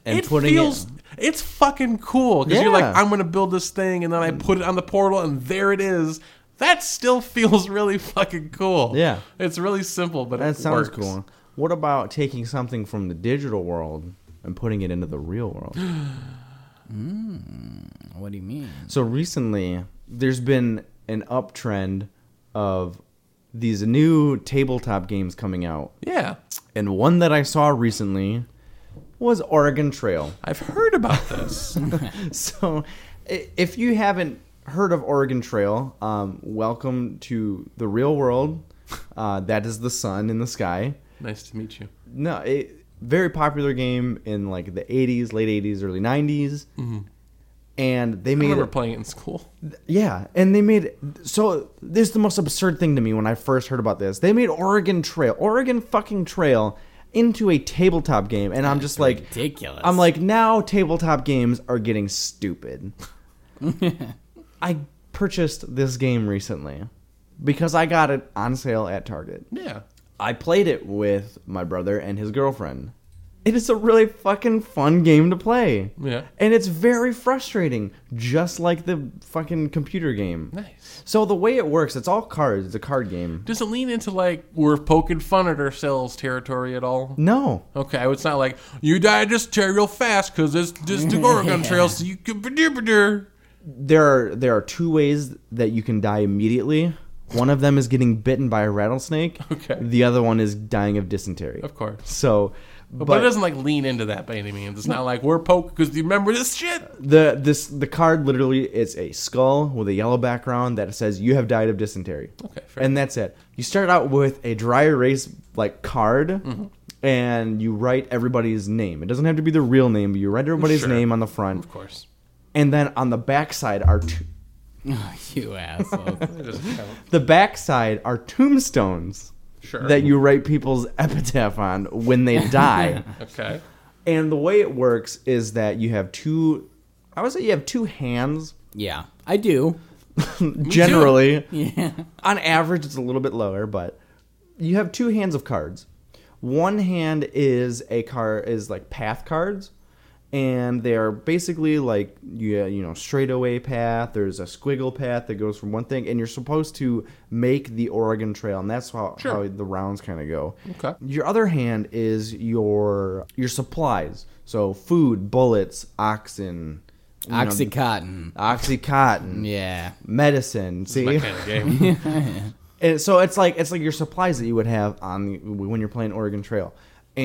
[SPEAKER 1] and putting it.
[SPEAKER 3] it's fucking cool because you're like
[SPEAKER 1] Yeah.
[SPEAKER 3] i'm gonna build this thing and then i put it on the portal and there it is that still feels really fucking cool
[SPEAKER 1] Yeah.
[SPEAKER 3] it's really simple but
[SPEAKER 1] That
[SPEAKER 3] it
[SPEAKER 1] sounds
[SPEAKER 3] works.
[SPEAKER 1] cool. What about taking something from the digital world and putting it into the real world?
[SPEAKER 2] What do you mean?
[SPEAKER 1] So recently, there's been an uptrend of these new tabletop games coming out,
[SPEAKER 3] yeah
[SPEAKER 1] and one that I saw recently was Oregon Trail.
[SPEAKER 3] i've heard about this
[SPEAKER 1] So, i- if you haven't heard of Oregon Trail, um, welcome to the real world. Uh, that is the sun in the sky.
[SPEAKER 3] nice to meet you
[SPEAKER 1] No, it, very popular game in like the 80s, late 80s, early 90s. And they
[SPEAKER 3] Mm-hmm. i
[SPEAKER 1] made
[SPEAKER 3] remember
[SPEAKER 1] it
[SPEAKER 3] playing it in school
[SPEAKER 1] Yeah, and they made so this is the most absurd thing to me when I first heard about this. They made Oregon Trail, Oregon fucking Trail, into a tabletop game, and I'm just like,
[SPEAKER 2] Ridiculous.
[SPEAKER 1] I'm like, now tabletop games are getting stupid. I purchased this game recently because I got it on sale at Target.
[SPEAKER 3] yeah
[SPEAKER 1] I played it with my brother and his girlfriend, It is a really fucking fun game to play.
[SPEAKER 3] Yeah.
[SPEAKER 1] And it's very frustrating, just like the fucking computer game.
[SPEAKER 3] Nice.
[SPEAKER 1] So the way it works, it's all cards. It's a card game.
[SPEAKER 3] Does it lean into like we're poking fun at ourselves territory at all?
[SPEAKER 1] No.
[SPEAKER 3] Okay, it's not like you died this trail real fast because it's just the Oregon Trail, so you can.
[SPEAKER 1] There are there are two ways that you can die immediately. One of them is getting bitten by a rattlesnake.
[SPEAKER 3] Okay.
[SPEAKER 1] The other one is dying of dysentery.
[SPEAKER 3] Of course.
[SPEAKER 1] So
[SPEAKER 3] But, it doesn't like lean into that by any means. It's not like we're poke because you remember this shit.
[SPEAKER 1] the this the card literally is a skull with a yellow background that says you have died of dysentery.
[SPEAKER 3] Okay, fair.
[SPEAKER 1] And that's it. You start out with a dry erase like card
[SPEAKER 3] Mm-hmm.
[SPEAKER 1] and you write everybody's name. It doesn't have to be the real name, but you write everybody's
[SPEAKER 3] Sure.
[SPEAKER 1] name on the front.
[SPEAKER 3] Of course.
[SPEAKER 1] And then on the backside are two
[SPEAKER 2] Oh, you asshole.
[SPEAKER 3] It doesn't count.
[SPEAKER 1] the backside are tombstones
[SPEAKER 3] Sure.
[SPEAKER 1] that you write people's epitaph on when they die.
[SPEAKER 3] okay.
[SPEAKER 1] and the way it works is that you have two I would say you have two hands
[SPEAKER 2] yeah, I do.
[SPEAKER 1] generally.
[SPEAKER 2] Yeah.
[SPEAKER 1] on average it's a little bit lower but you have two hands of cards one hand is a car is like path cards and they are basically like you, you know straightaway path there's a squiggle path that goes from one thing and you're supposed to make the oregon trail and that's how,
[SPEAKER 3] Sure.
[SPEAKER 1] how the rounds kind of go
[SPEAKER 3] Okay.
[SPEAKER 1] your other hand is your your supplies so food bullets oxen you know,
[SPEAKER 2] Oxycontin.
[SPEAKER 1] oxycontin
[SPEAKER 2] Yeah.
[SPEAKER 1] medicine see
[SPEAKER 3] My kind of game.
[SPEAKER 1] and so it's like it's like your supplies that you would have on the, when you're playing Oregon Trail,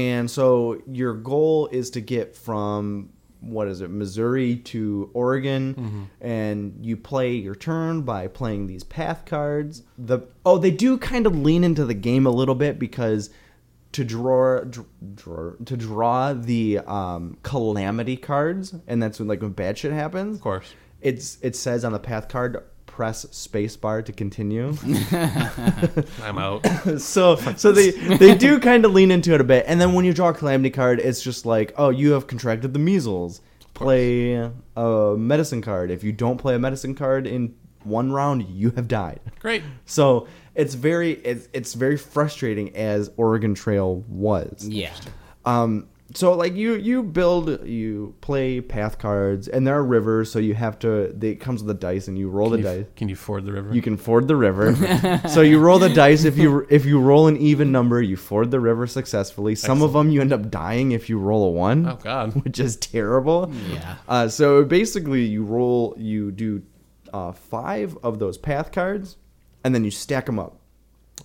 [SPEAKER 1] and so your goal is to get from what is it Missouri to Oregon, and you play your turn by playing these path cards. The oh they do kind of lean into the game a little bit because to draw, dr- draw to draw the um, calamity cards, and that's when like when bad shit happens. Of
[SPEAKER 3] course.
[SPEAKER 1] it's it says on the path card press spacebar to continue
[SPEAKER 3] I'm out.
[SPEAKER 1] so so they they do kind of lean into it a bit and then when you draw a calamity card it's just like oh you have contracted the measles play a medicine card if you don't play a medicine card in one round you have died
[SPEAKER 3] Great.
[SPEAKER 1] so it's very it's, it's very frustrating as oregon trail was
[SPEAKER 2] Yeah.
[SPEAKER 1] um, so like you you build you play path cards and there are rivers, so you have to. They, it comes with the dice and you roll the
[SPEAKER 3] Can you,
[SPEAKER 1] dice.
[SPEAKER 3] can you ford the river?
[SPEAKER 1] You can ford the river. so you roll the dice. If you if you roll an even number, you ford the river successfully. Some of them you end up dying if you roll a one,
[SPEAKER 3] Oh God.
[SPEAKER 1] which is terrible.
[SPEAKER 2] Yeah.
[SPEAKER 1] Uh, so basically, you roll you do uh, five of those path cards, and then you stack them up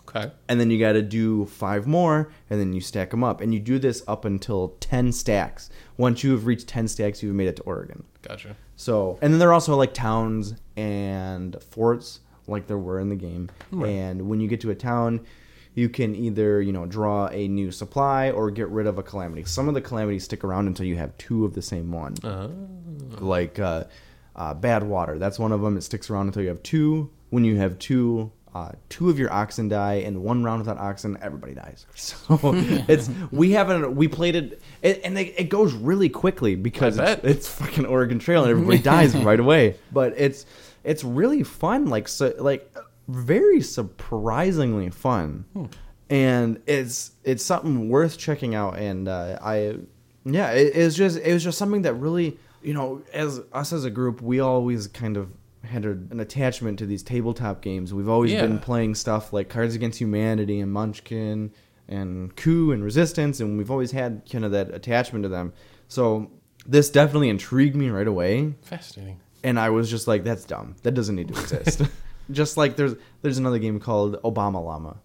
[SPEAKER 3] Okay.
[SPEAKER 1] and then you got to do five more and then you stack them up and you do this up until 10 stacks once you have reached 10 stacks you've made it to oregon
[SPEAKER 3] Gotcha.
[SPEAKER 1] so and then there are also like towns and forts like there were in the game and when you get to a town you can either you know draw a new supply or get rid of a calamity some of the calamities stick around until you have two of the same one
[SPEAKER 3] Uh-huh.
[SPEAKER 1] like uh, uh, bad water. That's one of them. It sticks around until you have two. When you have two, uh, two of your oxen die, and one round without oxen, everybody dies. So it's we haven't we played it, it and it, it goes really quickly because
[SPEAKER 3] I
[SPEAKER 1] it's,
[SPEAKER 3] bet.
[SPEAKER 1] it's fucking Oregon Trail and everybody dies right away. But it's it's really fun. Like so, like very surprisingly fun. And it's it's something worth checking out, and uh, I yeah, it, it was just it was just something that really, you know, as us as a group, we always kind of had a, an attachment to these tabletop games. We've always
[SPEAKER 3] Yeah.
[SPEAKER 1] been playing stuff like Cards Against Humanity and Munchkin and Coup and Resistance, and we've always had kind of that attachment to them. So this definitely intrigued me right away,
[SPEAKER 3] Fascinating.
[SPEAKER 1] and I was just like, "That's dumb. That doesn't need to exist." just like there's there's another game called Obama Llama.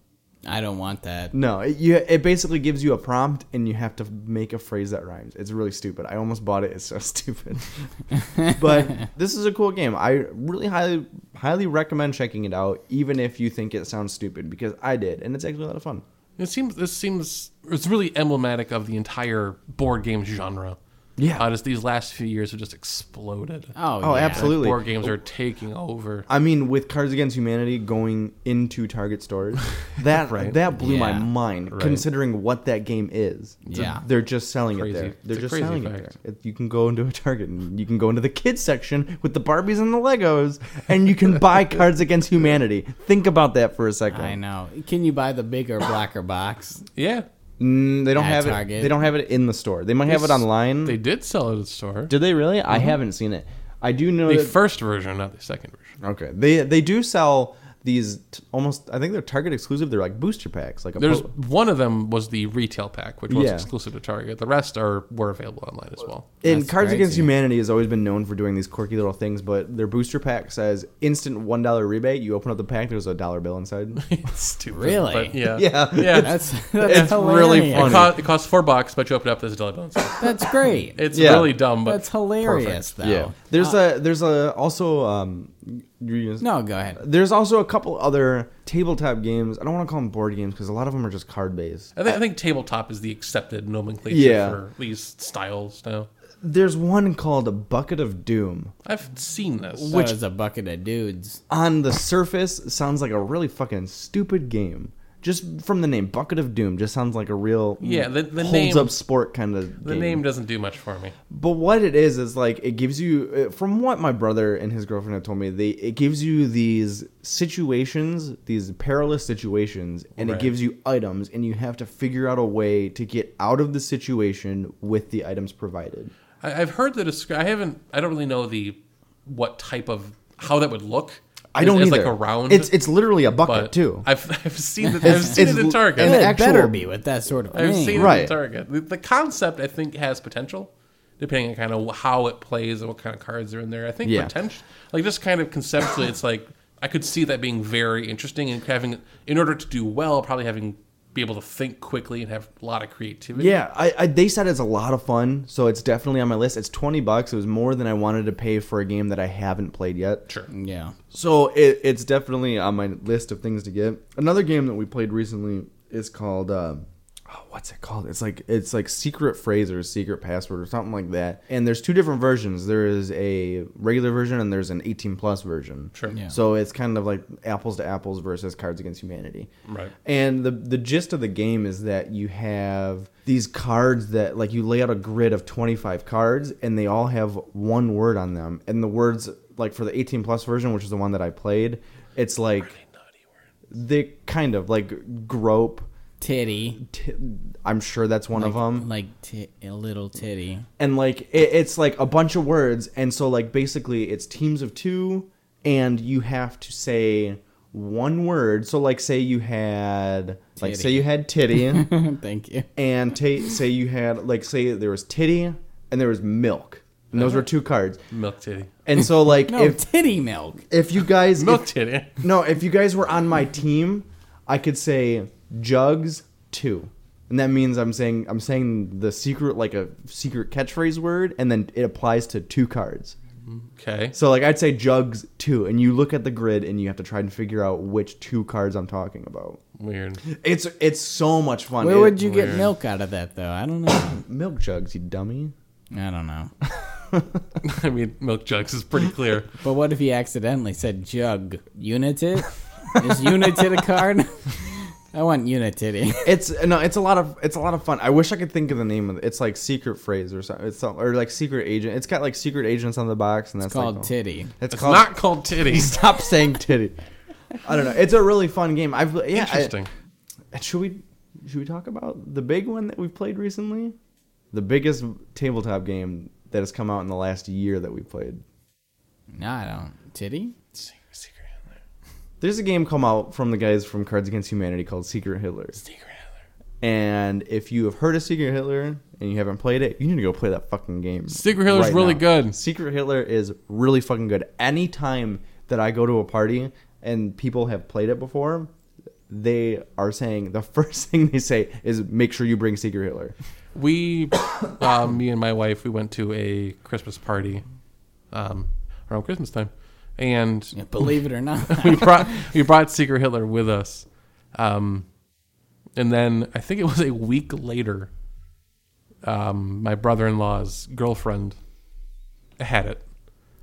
[SPEAKER 2] I don't want that.
[SPEAKER 1] No, it, you, it basically gives you a prompt and you have to make a phrase that rhymes. It's really stupid. I almost bought it. It's so stupid. but this is a cool game. I really highly highly recommend checking it out, even if you think it sounds stupid, because I did, and it's actually a lot of fun.
[SPEAKER 3] It seems. This seems. It's really emblematic of the entire board game genre.
[SPEAKER 1] Yeah.
[SPEAKER 3] How just these last few years have just exploded.
[SPEAKER 2] Oh,
[SPEAKER 1] Oh,
[SPEAKER 2] yeah.
[SPEAKER 1] absolutely.
[SPEAKER 3] Board games are taking over.
[SPEAKER 1] I mean, with Cards Against Humanity going into Target stores, that
[SPEAKER 3] Right.
[SPEAKER 1] that blew my
[SPEAKER 2] Yeah.
[SPEAKER 1] mind. Considering what that game is, It's a-
[SPEAKER 2] Yeah.
[SPEAKER 1] they're just selling
[SPEAKER 3] Crazy.
[SPEAKER 1] it there.
[SPEAKER 3] It's
[SPEAKER 1] They're
[SPEAKER 3] a
[SPEAKER 1] just
[SPEAKER 3] crazy
[SPEAKER 1] selling
[SPEAKER 3] fact.
[SPEAKER 1] it there. If You can go into a Target and you can go into the kids section with the Barbies and the Legos, and you can buy Cards Against
[SPEAKER 2] Oh.
[SPEAKER 1] Humanity. Think about that for a second.
[SPEAKER 2] I know. Can you buy the bigger, blacker box?
[SPEAKER 3] Yeah.
[SPEAKER 1] Mm, they don't
[SPEAKER 2] At
[SPEAKER 1] have
[SPEAKER 2] Target.
[SPEAKER 1] it. They don't have it in the store. They might have it
[SPEAKER 3] Yes,
[SPEAKER 1] online.
[SPEAKER 3] They Mm-hmm. did sell it at the store.
[SPEAKER 1] Did they really? I haven't seen it. I do know
[SPEAKER 3] The
[SPEAKER 1] that,
[SPEAKER 3] first version, not the second version.
[SPEAKER 1] Okay, they they do sell these t- almost. I think they're Target exclusive. They're like booster packs. Like a
[SPEAKER 3] There's
[SPEAKER 1] po-
[SPEAKER 3] one of them was the retail pack, which was
[SPEAKER 1] Yeah.
[SPEAKER 3] exclusive to Target. The rest are were available online as well.
[SPEAKER 1] and
[SPEAKER 2] That's
[SPEAKER 1] Cards Against
[SPEAKER 2] crazy.
[SPEAKER 1] Humanity has always been known for doing these quirky little things. But their booster pack says instant one dollar rebate. You open up the pack, there's a dollar bill inside.
[SPEAKER 3] It's stupid.
[SPEAKER 2] Really?
[SPEAKER 3] but yeah.
[SPEAKER 1] yeah,
[SPEAKER 3] Yeah.
[SPEAKER 2] That's that's
[SPEAKER 1] It's
[SPEAKER 2] hilarious.
[SPEAKER 1] really
[SPEAKER 3] It,
[SPEAKER 1] funny.
[SPEAKER 3] co- it costs four bucks, but you open it up, there's a dollar bill inside.
[SPEAKER 2] That's great.
[SPEAKER 3] It's
[SPEAKER 1] Yeah.
[SPEAKER 3] really dumb, but
[SPEAKER 2] that's hilarious though.
[SPEAKER 1] yeah. There's
[SPEAKER 3] Uh,
[SPEAKER 1] a there's a also um. you-
[SPEAKER 2] No, go ahead.
[SPEAKER 1] There's also a couple other tabletop games. I don't want to call them board games because a lot of them are just card based.
[SPEAKER 3] I think, I think tabletop is the accepted nomenclature
[SPEAKER 1] Yeah.
[SPEAKER 3] for these styles now.
[SPEAKER 1] There's one called a Bucket of Doom.
[SPEAKER 3] I've seen this.
[SPEAKER 2] Which is a bucket of dudes.
[SPEAKER 1] on the surface sounds like a really fucking stupid game. Just from the name, Bucket of Doom just sounds like a real
[SPEAKER 3] Yeah, the- the
[SPEAKER 1] holds
[SPEAKER 3] name-
[SPEAKER 1] up sport kind of
[SPEAKER 3] The name doesn't do much for me.
[SPEAKER 1] But what it is is like it gives you, uh, from what my brother and his girlfriend have told me, they it gives you these situations, these perilous situations, and
[SPEAKER 3] Right.
[SPEAKER 1] it gives you items, and you have to figure out a way to get out of the situation with the items provided.
[SPEAKER 3] I, I've heard that it's. I haven't. I don't really know the what type of how that would look.
[SPEAKER 1] I don't
[SPEAKER 3] as,
[SPEAKER 1] either.
[SPEAKER 3] like a round.
[SPEAKER 1] It's it's literally a bucket
[SPEAKER 3] but
[SPEAKER 1] too.
[SPEAKER 3] I've I've seen that. I've seen it
[SPEAKER 1] it's-
[SPEAKER 3] in Target.
[SPEAKER 1] And
[SPEAKER 2] And
[SPEAKER 1] the
[SPEAKER 2] it
[SPEAKER 1] actual-
[SPEAKER 2] better be with that sort of
[SPEAKER 3] I've
[SPEAKER 2] thing.
[SPEAKER 3] seen it in
[SPEAKER 1] Right.
[SPEAKER 3] Target. The, the concept I think has potential, depending on kind of how it plays and what kind of cards are in there. I think
[SPEAKER 1] Yeah.
[SPEAKER 3] potential, like just kind of conceptually, it's like I could see that being very interesting and having in order to do well, probably having be able to think quickly and have a lot of creativity.
[SPEAKER 1] Yeah, I, I they said it's a lot of fun, so it's definitely on my list. It's twenty bucks. It was more than I wanted to pay for a game that I haven't played yet.
[SPEAKER 3] sure.
[SPEAKER 2] Yeah.
[SPEAKER 1] So it, it's definitely on my list of things to get. Another game that we played recently is called uh, oh, what's it called? It's like it's like secret phrase or secret password or something like that. And there's two different versions. There is a regular version and there's an 18 plus version.
[SPEAKER 3] Sure. Yeah.
[SPEAKER 1] So it's kind of like apples to apples versus Cards Against Humanity.
[SPEAKER 3] Right.
[SPEAKER 1] And the the gist of the game is that you have these cards that like you lay out a grid of 25 cards and they all have one word on them. And the words like for the 18 plus version, which is the one that I played, it's like they kind of like grope.
[SPEAKER 2] Titty.
[SPEAKER 1] T- I'm sure that's one of them
[SPEAKER 2] Like ti- a little titty.
[SPEAKER 1] and like it, it's like a bunch of words and so like basically it's teams of two and you have to say one word so like say you had like say
[SPEAKER 2] Titty.
[SPEAKER 1] you had titty
[SPEAKER 2] Thank you.
[SPEAKER 1] and ta say you had like say there was titty and there was milk and those were two cards
[SPEAKER 3] Milk titty.
[SPEAKER 1] and so like
[SPEAKER 2] Uh-huh. No,
[SPEAKER 1] if
[SPEAKER 2] titty milk.
[SPEAKER 1] if you guys
[SPEAKER 3] Milk
[SPEAKER 1] if,
[SPEAKER 3] titty.
[SPEAKER 1] no if you guys were on my team i could say jugs two and that means i'm saying i'm saying the secret like a secret catchphrase word and then it applies to two cards
[SPEAKER 3] Okay.
[SPEAKER 1] so like I'd say jugs two, and you look at the grid and you have to try and figure out which two cards I'm talking about.
[SPEAKER 3] Weird.
[SPEAKER 1] It's it's so much fun.
[SPEAKER 2] Where
[SPEAKER 1] It-
[SPEAKER 2] would you get
[SPEAKER 3] Weird.
[SPEAKER 2] milk out of that though? I don't know.
[SPEAKER 1] milk jugs, you dummy?
[SPEAKER 2] I don't know.
[SPEAKER 3] I mean, milk jugs is pretty clear.
[SPEAKER 2] But what if he accidentally said jug? Unitit? Is Unitit a card? I want Unititty.
[SPEAKER 1] It's no, it's a lot of it's a lot of fun. I wish I could think of the name of it. It's like secret phrase or something. It's some, or like secret agent. It's got like secret agents on the box, and that's
[SPEAKER 2] It's called
[SPEAKER 1] like,
[SPEAKER 2] titty.
[SPEAKER 1] It's,
[SPEAKER 3] It's
[SPEAKER 1] called
[SPEAKER 3] not called titties.
[SPEAKER 1] stop saying titty. I don't know. It's a really fun game. I've yeah. I-
[SPEAKER 3] Interesting.
[SPEAKER 1] should we should we talk about the big one that we've played recently? The biggest tabletop game that has come out in the last year that we played.
[SPEAKER 2] No, I don't. Titty?
[SPEAKER 3] Secret, secret handler.
[SPEAKER 1] There's a game come out from the guys from Cards Against Humanity called Secret Hitler.
[SPEAKER 3] Secret handler.
[SPEAKER 1] And if you have heard of Secret Hitler and you haven't played it, you need to go play that fucking game.
[SPEAKER 3] Secret Hitler's really good.
[SPEAKER 1] Secret Hitler is really fucking good. Any time that I go to a party and people have played it before, they are saying the first thing they say is make sure you bring Secret Hitler.
[SPEAKER 3] We, uh, me and my wife, we went to a Christmas party um, around Christmas time, and
[SPEAKER 2] Believe it or not.
[SPEAKER 3] we brought we brought Secret Hitler with us, um, and then I think it was a week later, um, my brother in law's girlfriend had it.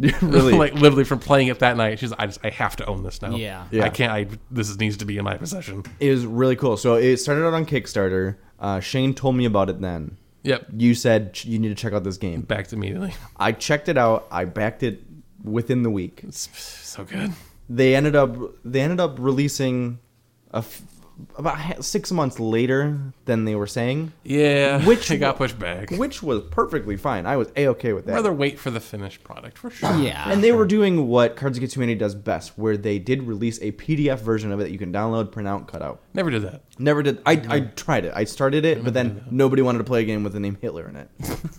[SPEAKER 1] really?
[SPEAKER 3] like literally from playing it that night, she's I just I have to own this now.
[SPEAKER 2] Yeah.
[SPEAKER 1] Yeah.
[SPEAKER 3] I can't. I this is, needs to be in my possession.
[SPEAKER 1] It was really cool. So it started out on Kickstarter. Uh, Shane told me about it then.
[SPEAKER 3] Yep.
[SPEAKER 1] You said "Ch- you need to check out this game.
[SPEAKER 3] Back to immediately.
[SPEAKER 1] I checked it out. I backed it within the week.
[SPEAKER 3] It's so good.
[SPEAKER 1] They ended up they ended up releasing a f- about ha- six months later than they were saying,
[SPEAKER 3] Yeah,
[SPEAKER 1] Which
[SPEAKER 3] it got
[SPEAKER 1] one-
[SPEAKER 3] pushed back.
[SPEAKER 1] which was perfectly fine. I was a okay with that.
[SPEAKER 3] Rather wait for the finished product for sure.
[SPEAKER 2] Yeah.
[SPEAKER 1] and they were doing what Cards Against Humanity does best, where they did release a PDF version of it that you can download, print out, cut out.
[SPEAKER 3] never did that.
[SPEAKER 1] Never did. I, I
[SPEAKER 3] Mm-hmm.
[SPEAKER 1] tried it. I started it, but then nobody wanted to play a game with the name Hitler in it.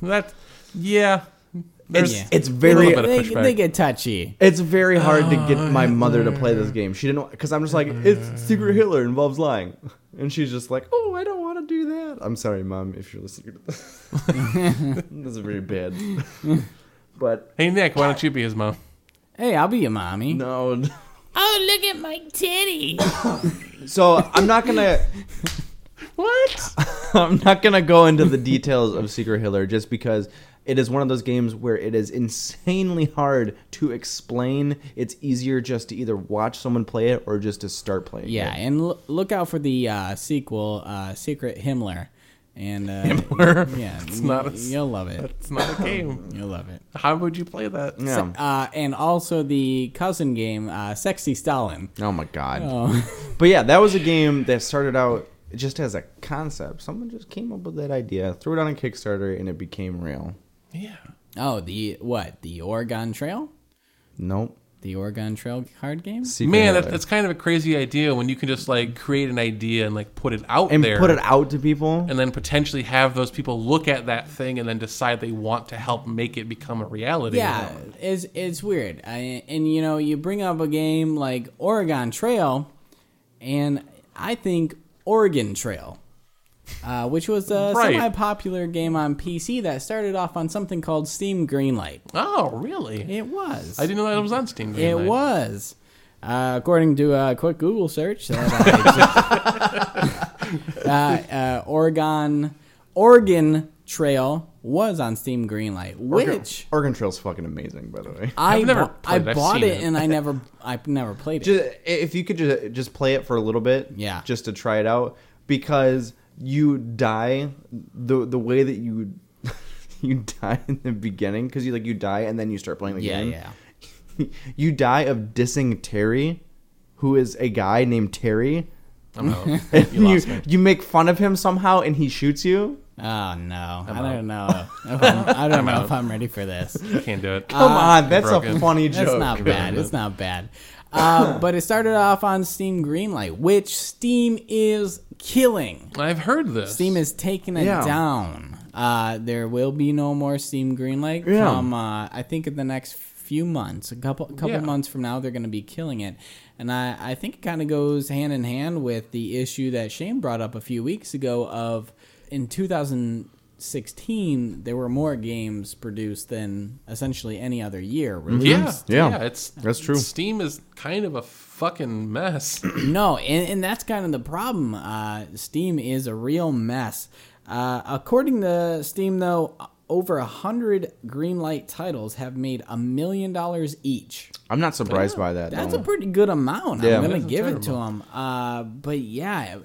[SPEAKER 3] That yeah,
[SPEAKER 1] It's,
[SPEAKER 3] there's
[SPEAKER 2] Yeah.
[SPEAKER 1] it's
[SPEAKER 3] A
[SPEAKER 1] very
[SPEAKER 3] little bit of
[SPEAKER 2] they,
[SPEAKER 3] pushback.
[SPEAKER 2] they get touchy.
[SPEAKER 1] It's very hard to get my mother to play this game. She didn't because I'm just like it's Secret Hitler involves lying, and she's just like, oh, I don't want to do that. I'm sorry, mom, if you're listening to this. this is very bad. but
[SPEAKER 3] Hey Nick, why don't you be his mom?
[SPEAKER 2] Hey, I'll be your mommy.
[SPEAKER 1] no,
[SPEAKER 2] Oh, look at my titty.
[SPEAKER 1] so I'm not gonna
[SPEAKER 3] What?
[SPEAKER 1] I'm not gonna go into the details of Secret Hitler just because it is one of those games where it is insanely hard to explain. It's easier just to either watch someone play it or just to start playing. it.
[SPEAKER 2] Yeah, and l- look out for the uh, sequel, uh, Secret Himmler. And uh, yeah,
[SPEAKER 3] It's not a s-
[SPEAKER 2] you'll love it.
[SPEAKER 3] That's not a game.
[SPEAKER 2] You'll love it.
[SPEAKER 3] How would you play that?
[SPEAKER 1] Yeah.
[SPEAKER 2] Se- uh, and also the cousin game, uh, Sexy Stalin.
[SPEAKER 1] Oh my god.
[SPEAKER 2] Oh,
[SPEAKER 1] But yeah, that was a game that started out just as a concept. Someone just came up with that idea, threw it on a Kickstarter, and it became real.
[SPEAKER 3] Yeah.
[SPEAKER 2] oh, the what? The Oregon Trail?
[SPEAKER 1] Nope.
[SPEAKER 2] The Oregon Trail card game?
[SPEAKER 1] Secret
[SPEAKER 3] Man,
[SPEAKER 1] Hitler.
[SPEAKER 3] that, that's kind of a crazy idea when you can just like create an idea and like put it out
[SPEAKER 1] and
[SPEAKER 3] there
[SPEAKER 1] put it out to people.
[SPEAKER 3] and then potentially have those people look at that thing and then decide they want to help make it become a reality.
[SPEAKER 2] Yeah, it's it's weird. I, and you know, you bring up a game like Oregon Trail, and I think Oregon Trail, uh, which was a
[SPEAKER 3] Right.
[SPEAKER 2] semi-popular game on PC that started off on something called Steam Greenlight.
[SPEAKER 3] Oh, really?
[SPEAKER 2] It was.
[SPEAKER 3] I didn't know that it was on Steam.
[SPEAKER 2] it
[SPEAKER 3] Greenlight.
[SPEAKER 2] was. Uh, according to a quick Google search, that I- uh, uh, Oregon Oregon Trail was on Steam Greenlight, which.
[SPEAKER 1] Oregon- Oregon Trail's fucking amazing, by the way.
[SPEAKER 2] I
[SPEAKER 3] I've never
[SPEAKER 2] bu-
[SPEAKER 3] played it.
[SPEAKER 2] I
[SPEAKER 3] I've
[SPEAKER 2] bought
[SPEAKER 3] seen
[SPEAKER 2] it,
[SPEAKER 3] it.
[SPEAKER 2] and I never I never played it.
[SPEAKER 1] Ju- if you could just just play it for a little bit,
[SPEAKER 2] Yeah.
[SPEAKER 1] just to try it out, because you die the the way that you you die in the beginning because you like you die and then you start playing the
[SPEAKER 2] yeah,
[SPEAKER 1] game.
[SPEAKER 2] yeah.
[SPEAKER 1] you die of dissing Terry, who is a guy named Terry.
[SPEAKER 3] I don't know.
[SPEAKER 1] You,
[SPEAKER 3] You
[SPEAKER 1] you,
[SPEAKER 3] lost me.
[SPEAKER 1] make fun of him somehow and he shoots you.
[SPEAKER 2] Oh no, I'm I do not know. If I'm, I don't know if I'm ready for this.
[SPEAKER 3] I can't do it.
[SPEAKER 1] Come on, Ah, that's a
[SPEAKER 3] Ah, broken.
[SPEAKER 1] funny joke.
[SPEAKER 2] That's not bad. It's not bad. Uh, but it started off on Steam Greenlight, which Steam is killing.
[SPEAKER 3] I've heard this.
[SPEAKER 2] Steam is taking it
[SPEAKER 1] Yeah.
[SPEAKER 2] down. Uh, there will be no more Steam Greenlight
[SPEAKER 1] Yeah.
[SPEAKER 2] from uh, I think in the next few months, a couple couple
[SPEAKER 3] Yeah.
[SPEAKER 2] months from now, they're going to be killing it. And I, I think it kind of goes hand in hand with the issue that Shane brought up a few weeks ago of in 2016 there were more games produced than essentially any other year
[SPEAKER 3] Yeah,
[SPEAKER 2] released.
[SPEAKER 1] Yeah.
[SPEAKER 3] It's
[SPEAKER 1] That's true.
[SPEAKER 3] Steam is kind of a fucking mess.
[SPEAKER 2] No, and, and that's kind of the problem. Uh, Steam is a real mess. Uh, according to Steam, though, over a hundred greenlight titles have made a million dollars each.
[SPEAKER 1] I'm not surprised by that.
[SPEAKER 2] That's
[SPEAKER 1] no.
[SPEAKER 2] a pretty good amount.
[SPEAKER 1] Yeah.
[SPEAKER 2] I'm gonna
[SPEAKER 3] That's
[SPEAKER 2] give it to
[SPEAKER 3] terrible.
[SPEAKER 2] them. Uh, but yeah,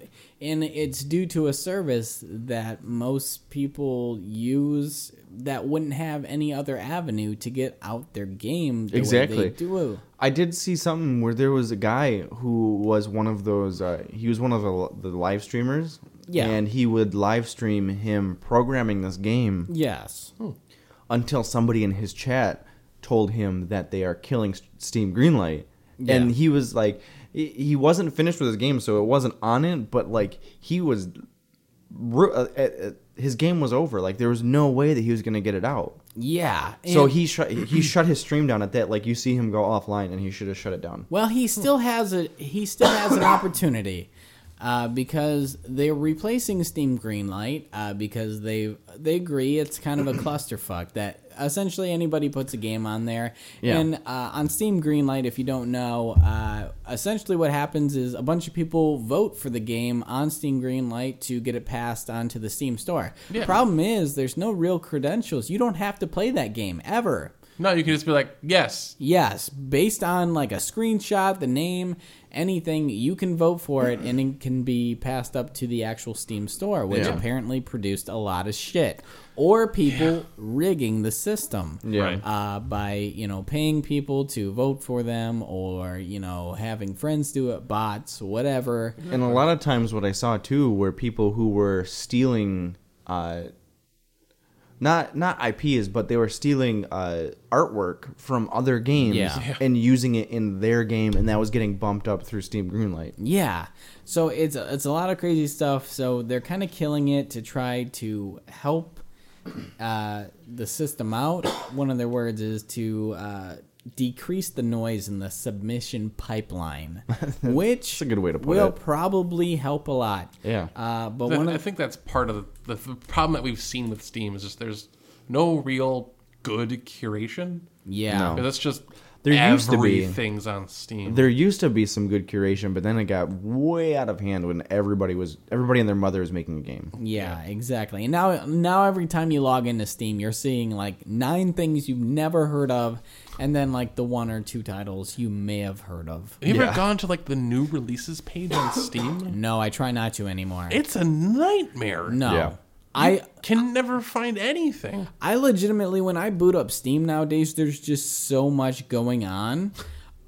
[SPEAKER 2] and it's due to a service that most people use that wouldn't have any other avenue to get out their game. The Way
[SPEAKER 1] Exactly.
[SPEAKER 2] they do.
[SPEAKER 1] I did see something where there was a guy who was one of those. Uh, he was one of the, the live streamers.
[SPEAKER 2] Yeah.
[SPEAKER 1] And he would live stream him programming this game
[SPEAKER 2] Yes.
[SPEAKER 3] Hmm.
[SPEAKER 1] until somebody in his chat told him that they are killing S- Steam Greenlight, and
[SPEAKER 2] Yeah.
[SPEAKER 1] he was like, he he wasn't finished with his game, so it wasn't on it. But like he was, ru- uh, uh, uh, his game was over. Like there was no way that he was gonna get it out.
[SPEAKER 2] Yeah.
[SPEAKER 1] so
[SPEAKER 2] and-
[SPEAKER 1] he shut he shut his stream down at that. Like you see him go offline, and he should have shut it down.
[SPEAKER 2] Well, he still has a he still has an opportunity uh, because they're replacing Steam Greenlight uh, because they they agree it's kind of a clusterfuck that essentially anybody puts a game on there
[SPEAKER 1] Yeah.
[SPEAKER 2] and uh, on Steam Greenlight if you don't know uh, essentially what happens is a bunch of people vote for the game on Steam Greenlight to get it passed onto the Steam store.
[SPEAKER 3] Yeah.
[SPEAKER 2] Problem is there's no real credentials. You don't have to play that game ever.
[SPEAKER 3] No, you can just be like, yes.
[SPEAKER 2] Yes, based on like a screenshot, the name, anything, you can vote for it and it can be passed up to the actual Steam store, which
[SPEAKER 1] Yeah.
[SPEAKER 2] apparently produced a lot of shit. Or people rigging the system.
[SPEAKER 1] Yeah.
[SPEAKER 3] Right.
[SPEAKER 2] Uh, by you know paying people to vote for them, or you know having friends do it, bots, whatever.
[SPEAKER 1] And a lot of times, what I saw too were people who were stealing, uh, not not IPs, but they were stealing uh, artwork from other games
[SPEAKER 2] Yeah. Yeah.
[SPEAKER 1] and using it in their game, and that was getting bumped up through Steam Greenlight.
[SPEAKER 2] Yeah. So it's it's a lot of crazy stuff. So they're kind of killing it to try to help uh, the system out. One of their words is to uh, decrease the noise in the submission pipeline, which
[SPEAKER 1] That's a good way to put
[SPEAKER 2] will
[SPEAKER 1] it.
[SPEAKER 2] probably help a lot.
[SPEAKER 1] Yeah.
[SPEAKER 2] Uh, but
[SPEAKER 3] That-
[SPEAKER 2] one
[SPEAKER 3] I
[SPEAKER 2] of
[SPEAKER 3] think that's part of the, the problem that we've seen with Steam is just there's no real good curation.
[SPEAKER 2] yeah.
[SPEAKER 1] No.
[SPEAKER 3] That's just
[SPEAKER 1] There used to be.
[SPEAKER 3] things on Steam.
[SPEAKER 1] There used to be some good curation, but then it got way out of hand when everybody was everybody and their mother was making a game.
[SPEAKER 2] Yeah, exactly. And now, now every time you log into Steam, you're seeing like nine things you've never heard of, and then like the one or two titles you may have heard of.
[SPEAKER 3] Have you ever
[SPEAKER 1] Yeah.
[SPEAKER 3] gone to like the new releases page on Steam?
[SPEAKER 2] No, I try not to anymore.
[SPEAKER 3] It's a nightmare.
[SPEAKER 2] no.
[SPEAKER 1] Yeah.
[SPEAKER 2] I
[SPEAKER 3] Can never find anything.
[SPEAKER 2] I legitimately when I boot up Steam nowadays there's just so much going on.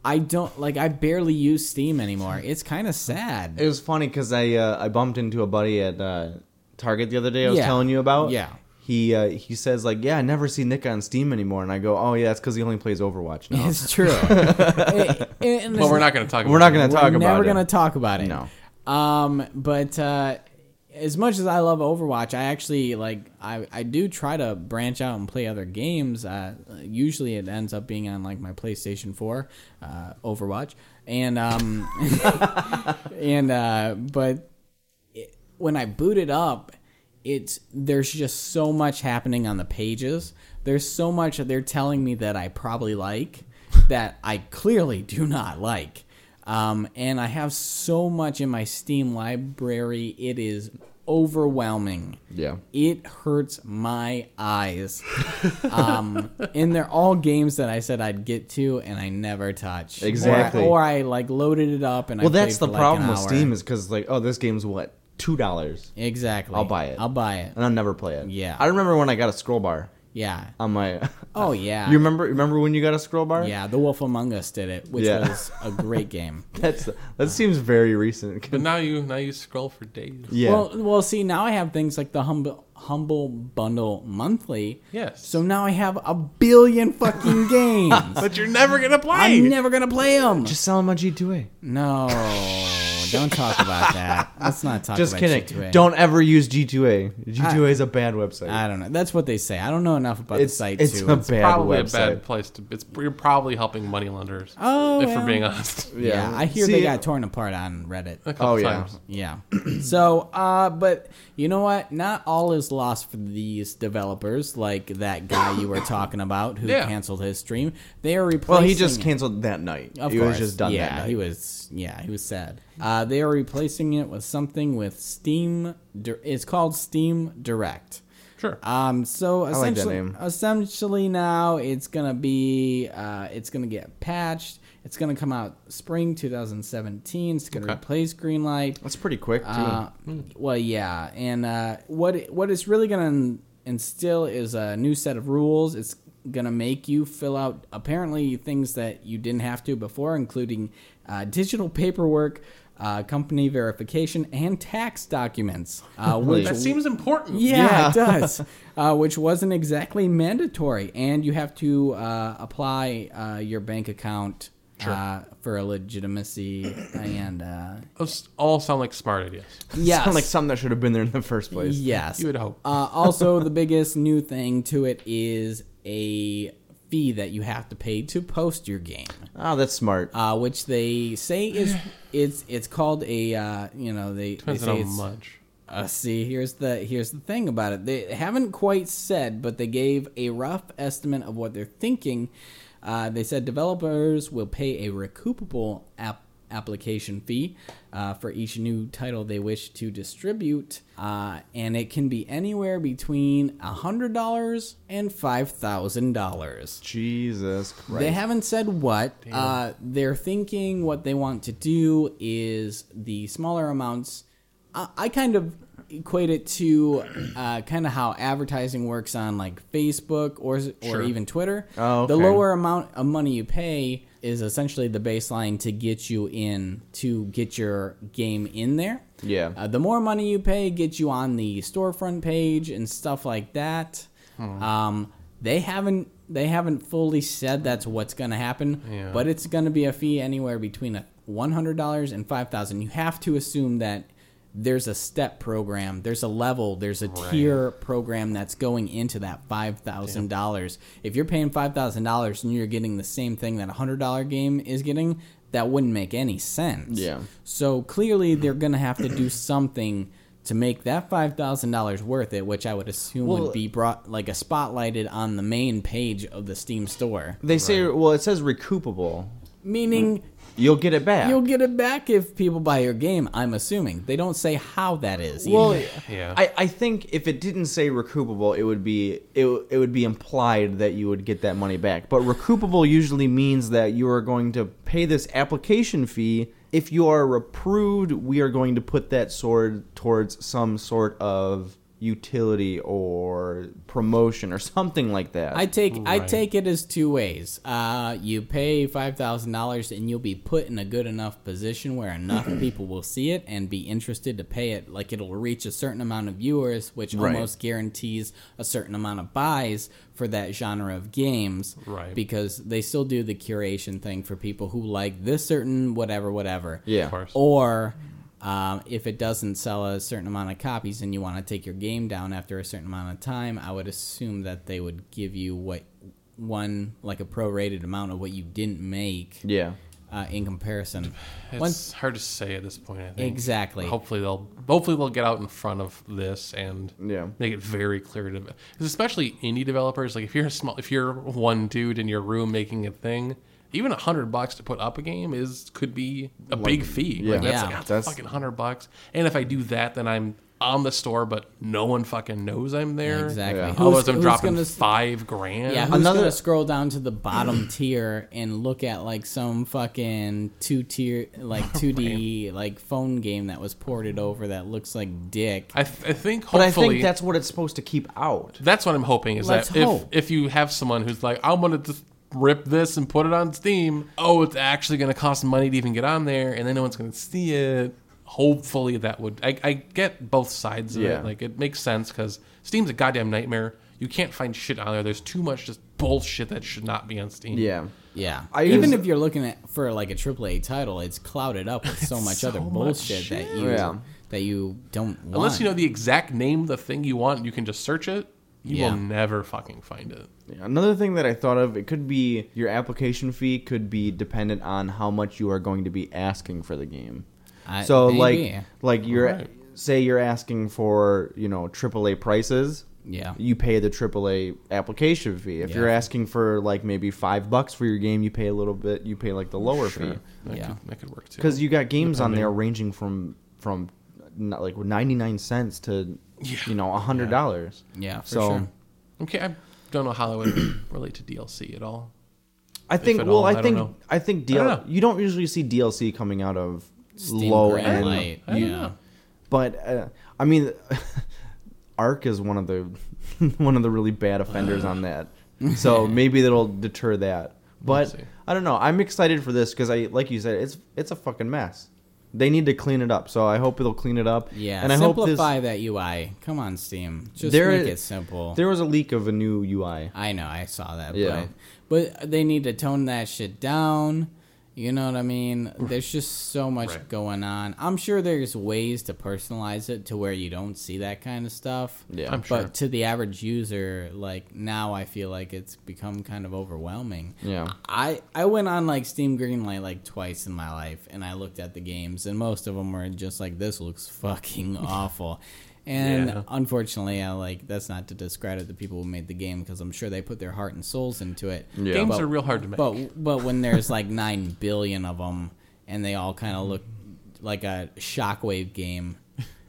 [SPEAKER 2] I don't like I barely use Steam anymore. It's kind of sad.
[SPEAKER 1] It was funny because I uh, I bumped into a buddy at uh, Target the other day. I was
[SPEAKER 2] Yeah.
[SPEAKER 1] telling you about.
[SPEAKER 2] Yeah.
[SPEAKER 1] He uh, he says like, yeah, I never see Nick on Steam anymore, and I go, oh yeah, that's because he only plays Overwatch now.
[SPEAKER 2] It's true. It- it- and
[SPEAKER 3] Well,
[SPEAKER 2] there's
[SPEAKER 3] we're not going to talk. About
[SPEAKER 1] We're not gonna
[SPEAKER 3] it.
[SPEAKER 1] talk
[SPEAKER 2] We're
[SPEAKER 1] about
[SPEAKER 2] never
[SPEAKER 1] it.
[SPEAKER 2] gonna talk about it.
[SPEAKER 1] No.
[SPEAKER 2] Um, but uh, as much as I love Overwatch, I actually like I I do try to branch out and play other games. Uh, usually it ends up being on like my PlayStation Four, uh, Overwatch, and um, and uh, but when I boot it up, it's there's just so much happening on the pages. There's so much that they're telling me that I probably like that I clearly do not like. Um, and I have so much in my Steam library, it is overwhelming.
[SPEAKER 1] Yeah.
[SPEAKER 2] It hurts my eyes. um, and they're all games that I said I'd get to and I never touch. Or I-
[SPEAKER 1] Exactly.
[SPEAKER 2] Or, I like loaded it up and I
[SPEAKER 1] Well, that's
[SPEAKER 2] played for,
[SPEAKER 1] the
[SPEAKER 2] like, an
[SPEAKER 1] problem with
[SPEAKER 2] hour.
[SPEAKER 1] Steam is because like, oh, this game's what two dollars,
[SPEAKER 2] Exactly.
[SPEAKER 1] I'll buy it.
[SPEAKER 2] I'll buy it.
[SPEAKER 1] and I'll never play it.
[SPEAKER 2] Yeah.
[SPEAKER 1] I remember when I got a scroll bar
[SPEAKER 2] Yeah.
[SPEAKER 1] on my.
[SPEAKER 2] Oh yeah.
[SPEAKER 1] Uh, you remember remember when you got a scroll bar?
[SPEAKER 2] Yeah, The Wolf Among Us did it, which
[SPEAKER 1] Yeah.
[SPEAKER 2] was a great game.
[SPEAKER 1] That's that seems very recent. 'cause-
[SPEAKER 3] But now you now you scroll for days.
[SPEAKER 1] yeah.
[SPEAKER 2] Well, well, see, now I have things like the humble humble bundle monthly.
[SPEAKER 3] Yes.
[SPEAKER 2] So now I have a billion fucking games.
[SPEAKER 3] But you're never going to play.
[SPEAKER 2] I'm never gonna play them.
[SPEAKER 1] just sell my G2A.
[SPEAKER 2] no, don't talk about that. Let's not talk.
[SPEAKER 1] Just
[SPEAKER 2] about
[SPEAKER 1] kidding.
[SPEAKER 2] G2A.
[SPEAKER 1] Don't ever use G2A. G2A is a bad website.
[SPEAKER 2] I don't know. That's what they say. I don't know enough about
[SPEAKER 1] it's
[SPEAKER 2] the site
[SPEAKER 1] it's
[SPEAKER 2] too.
[SPEAKER 1] a bad
[SPEAKER 3] probably
[SPEAKER 1] website.
[SPEAKER 3] a bad place to. It's you're probably helping money lenders.
[SPEAKER 2] Oh,
[SPEAKER 3] if
[SPEAKER 2] well.
[SPEAKER 3] we're being honest.
[SPEAKER 2] yeah. I hear
[SPEAKER 1] See,
[SPEAKER 2] they got torn apart on Reddit.
[SPEAKER 3] A couple
[SPEAKER 1] Oh, yeah.
[SPEAKER 3] times.
[SPEAKER 2] Yeah. so, uh, but you know what? Not all is lost for these developers, like that guy you were talking about who
[SPEAKER 3] Yeah.
[SPEAKER 2] canceled his stream. They are replacing.
[SPEAKER 1] Well, he just canceled that night.
[SPEAKER 2] Of
[SPEAKER 1] he
[SPEAKER 2] course.
[SPEAKER 1] was just done
[SPEAKER 2] yeah,
[SPEAKER 1] that night.
[SPEAKER 2] he was. Yeah, he was sad. Uh, they are replacing it with something with Steam. Di- It's called Steam Direct.
[SPEAKER 3] Sure.
[SPEAKER 2] Um, so
[SPEAKER 1] like that
[SPEAKER 2] essentially,
[SPEAKER 1] name.
[SPEAKER 2] essentially now it's gonna be, uh, it's gonna get patched. It's gonna come out spring 2017. It's gonna replace Greenlight.
[SPEAKER 1] That's pretty quick too.
[SPEAKER 2] Uh, well, yeah, and uh, what it, what it's really gonna instill is a new set of rules. It's gonna make you fill out apparently things that you didn't have to before, including uh, digital paperwork, uh, company verification, and tax documents, uh, which
[SPEAKER 3] that seems important.
[SPEAKER 2] yeah, it does. Uh, which wasn't exactly mandatory, and you have to uh, apply uh, your bank account uh, for legitimacy and uh,
[SPEAKER 3] Those all sound like smart ideas.
[SPEAKER 2] yes,
[SPEAKER 1] Sound like something that should have been there in the first place.
[SPEAKER 2] Yes.
[SPEAKER 3] You would hope.
[SPEAKER 2] Uh, also, the biggest new thing to it is a fee that you have to pay to post your game,
[SPEAKER 1] Oh, that's smart.
[SPEAKER 2] uh, which they say is it's it's called a uh, you know they, they
[SPEAKER 3] Depends
[SPEAKER 2] say
[SPEAKER 3] on how
[SPEAKER 2] it's
[SPEAKER 3] much.
[SPEAKER 2] uh, see here's the here's the thing about it they haven't quite said but they gave a rough estimate of what they're thinking. Uh, they said developers will pay a recoupable app application fee uh, for each new title they wish to distribute, uh, and it can be anywhere between $100 and $5,000.
[SPEAKER 1] Jesus Christ.
[SPEAKER 2] They haven't said what. Uh, they're thinking what they want to do is the smaller amounts. I, I kind of equate it to uh, kind of how advertising works on like Facebook or or
[SPEAKER 3] Sure.
[SPEAKER 2] even Twitter.
[SPEAKER 1] Oh,
[SPEAKER 2] The
[SPEAKER 1] okay.
[SPEAKER 2] lower amount of money you pay is essentially the baseline to get you in to get your game in there.
[SPEAKER 1] Yeah.
[SPEAKER 2] Uh, the more money you pay gets you on the storefront page and stuff like that. Um, they haven't they haven't fully said that's what's going to happen,
[SPEAKER 3] Yeah.
[SPEAKER 2] but it's going to be a fee anywhere between a one hundred dollars and five thousand. You have to assume that there's a step program, there's a level, there's a tier program that's going into that five thousand dollars. If you're paying five thousand dollars and you're getting the same thing that a hundred dollar game is getting, that wouldn't make any sense.
[SPEAKER 1] Yeah.
[SPEAKER 2] So clearly they're going to have to do something to make that $5,000 worth it, which I would assume
[SPEAKER 1] Well-
[SPEAKER 2] would be brought like a spotlighted on the main page of the Steam store.
[SPEAKER 1] They say, well, it says recoupable.
[SPEAKER 2] Meaning
[SPEAKER 1] You'll get it back.
[SPEAKER 2] you'll get it back if people buy your game, I'm assuming. They don't say how that is.
[SPEAKER 1] well,
[SPEAKER 2] either.
[SPEAKER 3] Yeah.
[SPEAKER 1] I, I think if it didn't say recoupable, it would be it, w- it would be implied that you would get that money back. But recoupable usually means that you are going to pay this application fee. If you are reproved, we are going to put that sword towards some sort of utility or promotion or something like that.
[SPEAKER 2] I take I
[SPEAKER 3] Right.
[SPEAKER 2] take it as two ways. Uh, you pay five thousand dollars, and you'll be put in a good enough position where enough people will see it and be interested to pay it. Like it'll reach a certain amount of viewers, which
[SPEAKER 1] Right.
[SPEAKER 2] almost guarantees a certain amount of buys for that genre of games.
[SPEAKER 3] Right.
[SPEAKER 2] Because they still do the curation thing for people who like this certain whatever whatever.
[SPEAKER 1] yeah.
[SPEAKER 3] Of course.
[SPEAKER 2] Or um, if it doesn't sell a certain amount of copies and you want to take your game down after a certain amount of time, I would assume that they would give you what one like a prorated amount of what you didn't make
[SPEAKER 1] Yeah.
[SPEAKER 2] uh, in comparison.
[SPEAKER 3] It's
[SPEAKER 2] Once-
[SPEAKER 3] hard to say at this point. I think.
[SPEAKER 2] Exactly.
[SPEAKER 3] Hopefully they'll hopefully they'll get out in front of this and
[SPEAKER 1] Yeah.
[SPEAKER 3] make it very clear to 'cause especially indie developers. Like if you're a small, if you're one dude in your room making a thing, even a hundred bucks to put up a game is could be a big fee.
[SPEAKER 1] yeah.
[SPEAKER 3] like, that's,
[SPEAKER 2] Yeah.
[SPEAKER 3] like, "Ah, it's
[SPEAKER 1] That's-
[SPEAKER 3] fucking hundred bucks. And if I do that, then I'm on the store, but no one fucking knows I'm there.
[SPEAKER 2] Exactly.
[SPEAKER 1] Yeah.
[SPEAKER 3] Otherwise,
[SPEAKER 2] Who's-
[SPEAKER 3] I'm
[SPEAKER 2] who's
[SPEAKER 3] dropping
[SPEAKER 2] gonna s-
[SPEAKER 3] five grand.
[SPEAKER 2] Yeah, who's
[SPEAKER 1] Another-
[SPEAKER 2] gonna scroll down to the bottom tier and look at like some fucking two tier like two D like phone game that was ported over that looks like dick.
[SPEAKER 3] I, th- I think
[SPEAKER 1] But I
[SPEAKER 3] hopefully
[SPEAKER 1] think that's what it's supposed to keep out.
[SPEAKER 3] That's what I'm hoping is
[SPEAKER 2] Let's
[SPEAKER 3] that if,
[SPEAKER 2] hope.
[SPEAKER 3] if you have someone who's like, I'm gonna just rip this and put it on Steam. Oh, it's actually gonna cost money to even get on there, and then no one's gonna see it. Hopefully, that would. I, I get both sides of
[SPEAKER 1] Yeah.
[SPEAKER 3] it. Like it makes sense because Steam's a goddamn nightmare. You can't find shit on there. There's too much just bullshit that should not be on Steam.
[SPEAKER 1] Yeah.
[SPEAKER 2] Yeah.
[SPEAKER 1] I
[SPEAKER 2] Even
[SPEAKER 1] use-
[SPEAKER 2] if you're looking at for like a AAA title, it's clouded up with so much
[SPEAKER 3] so
[SPEAKER 2] other
[SPEAKER 3] much
[SPEAKER 2] bullshit that
[SPEAKER 3] shit.
[SPEAKER 2] you
[SPEAKER 1] Yeah.
[SPEAKER 2] that you don't want.
[SPEAKER 3] Unless you know the exact name of the thing you want, you can just search it. You
[SPEAKER 2] Yeah.
[SPEAKER 3] will never fucking find it.
[SPEAKER 1] Yeah, Another thing that I thought of, it could be your application fee could be dependent on how much you are going to be asking for the game.
[SPEAKER 2] I-
[SPEAKER 1] so
[SPEAKER 2] maybe.
[SPEAKER 1] like like you're
[SPEAKER 3] Alright.
[SPEAKER 1] say you're asking for, you know, AAA prices.
[SPEAKER 2] Yeah.
[SPEAKER 1] You pay the AAA application fee. If
[SPEAKER 2] Yeah.
[SPEAKER 1] you're asking for like maybe 5 bucks for your game, you pay a little bit, you pay like the lower fee.
[SPEAKER 3] That
[SPEAKER 2] Yeah.
[SPEAKER 3] could, that could work too.
[SPEAKER 1] Cuz you got games on there ranging from from not like 99 cents to
[SPEAKER 3] Yeah.
[SPEAKER 1] you know, $100.
[SPEAKER 2] Yeah, for
[SPEAKER 1] so
[SPEAKER 2] sure.
[SPEAKER 3] okay, I don't know how that would relate to DLC at all.
[SPEAKER 1] I think.
[SPEAKER 3] at
[SPEAKER 1] Well,
[SPEAKER 3] all, I
[SPEAKER 1] I
[SPEAKER 3] don't
[SPEAKER 1] think.
[SPEAKER 3] know.
[SPEAKER 1] I think
[SPEAKER 3] I
[SPEAKER 1] DL.
[SPEAKER 3] don't know.
[SPEAKER 1] you don't usually see DLC coming out of
[SPEAKER 2] Steam
[SPEAKER 1] low
[SPEAKER 2] Green
[SPEAKER 1] end.
[SPEAKER 2] Light,
[SPEAKER 3] I don't
[SPEAKER 2] yeah.
[SPEAKER 3] know.
[SPEAKER 1] But uh, I mean, Arc is one of the one of the really bad offenders on that. So maybe that'll deter that. But
[SPEAKER 3] see.
[SPEAKER 1] I don't know. I'm excited for this because I, like you said, it's it's a fucking mess. They need to clean it up. So I hope they'll clean it up.
[SPEAKER 2] Yeah,
[SPEAKER 1] and I hope this.
[SPEAKER 2] simplify that UI. Come on, Steam. Just
[SPEAKER 1] There-
[SPEAKER 2] make it simple.
[SPEAKER 1] There was a leak of a new UI.
[SPEAKER 2] I know, I saw that.
[SPEAKER 1] Yeah.
[SPEAKER 2] But, but they need to tone that shit down. You know what I mean? There's just so much
[SPEAKER 3] Right.
[SPEAKER 2] going on. I'm sure there's ways to personalize it to where you don't see that kind of stuff.
[SPEAKER 1] Yeah.
[SPEAKER 3] I'm sure.
[SPEAKER 2] But to the average user, like now I feel like it's become kind of overwhelming.
[SPEAKER 1] Yeah.
[SPEAKER 2] I, I went on like Steam Greenlight like twice in my life and I looked at the games and most of them were just like this looks fucking awful. And
[SPEAKER 3] Yeah.
[SPEAKER 2] unfortunately, I like that's not to discredit the people who made the game because I'm sure they put their heart and souls into it.
[SPEAKER 1] Yeah.
[SPEAKER 3] Games
[SPEAKER 2] But-
[SPEAKER 3] are real hard to make.
[SPEAKER 2] But but when there's like nine billion of them and they all kind of look like a shockwave game.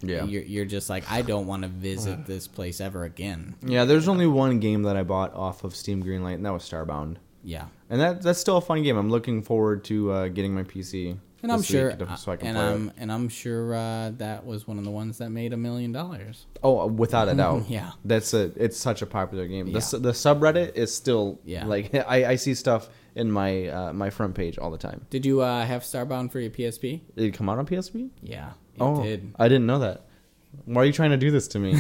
[SPEAKER 1] Yeah.
[SPEAKER 2] You're, you're just like, I don't want to visit this place ever again.
[SPEAKER 1] Yeah, there's only one game that I bought off of Steam Greenlight, and that was Starbound.
[SPEAKER 2] Yeah.
[SPEAKER 1] And that that's still a fun game. I'm looking forward to uh, getting my PC.
[SPEAKER 2] And I'm
[SPEAKER 1] this
[SPEAKER 2] sure, uh,
[SPEAKER 1] week to- so I can
[SPEAKER 2] and
[SPEAKER 1] play it.
[SPEAKER 2] I'm and I'm sure uh, that was one of the ones that made a million dollars.
[SPEAKER 1] Oh, without a doubt.
[SPEAKER 2] Yeah.
[SPEAKER 1] That's a it's such a popular game. The
[SPEAKER 2] Yeah.
[SPEAKER 1] The the subreddit is still
[SPEAKER 2] Yeah.
[SPEAKER 1] like I, I see stuff in my uh, my front page all the time.
[SPEAKER 2] Did you uh, have Starbound for your PSP?
[SPEAKER 1] Did it come out on PSP?
[SPEAKER 2] Yeah, it
[SPEAKER 1] oh,
[SPEAKER 2] did.
[SPEAKER 1] I didn't know that. Why are you trying to do this to me?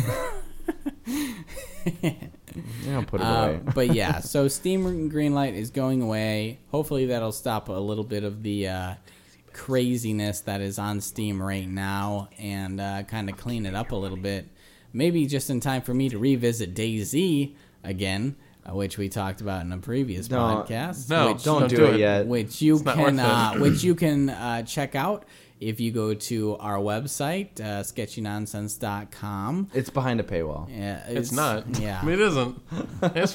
[SPEAKER 1] yeah, I'll put it away.
[SPEAKER 2] Um, but yeah, so Steam Greenlight is going away. Hopefully, that'll stop a little bit of the uh, craziness that is on Steam right now and uh, kind of clean it up a little bit. Maybe just in time for me to revisit DayZ again, uh, which we talked about in a previous
[SPEAKER 1] No,
[SPEAKER 2] podcast.
[SPEAKER 3] No,
[SPEAKER 2] which,
[SPEAKER 1] Don't, do it, yet.
[SPEAKER 2] which you
[SPEAKER 3] It's not worth
[SPEAKER 2] can
[SPEAKER 3] it.
[SPEAKER 2] uh, which you can uh, check out if you go to our website uh, sketchynonsense.com.
[SPEAKER 1] It's behind a paywall.
[SPEAKER 2] Yeah,
[SPEAKER 3] It's
[SPEAKER 2] Uh,
[SPEAKER 3] not.
[SPEAKER 2] Yeah,
[SPEAKER 3] I mean, it isn't. It's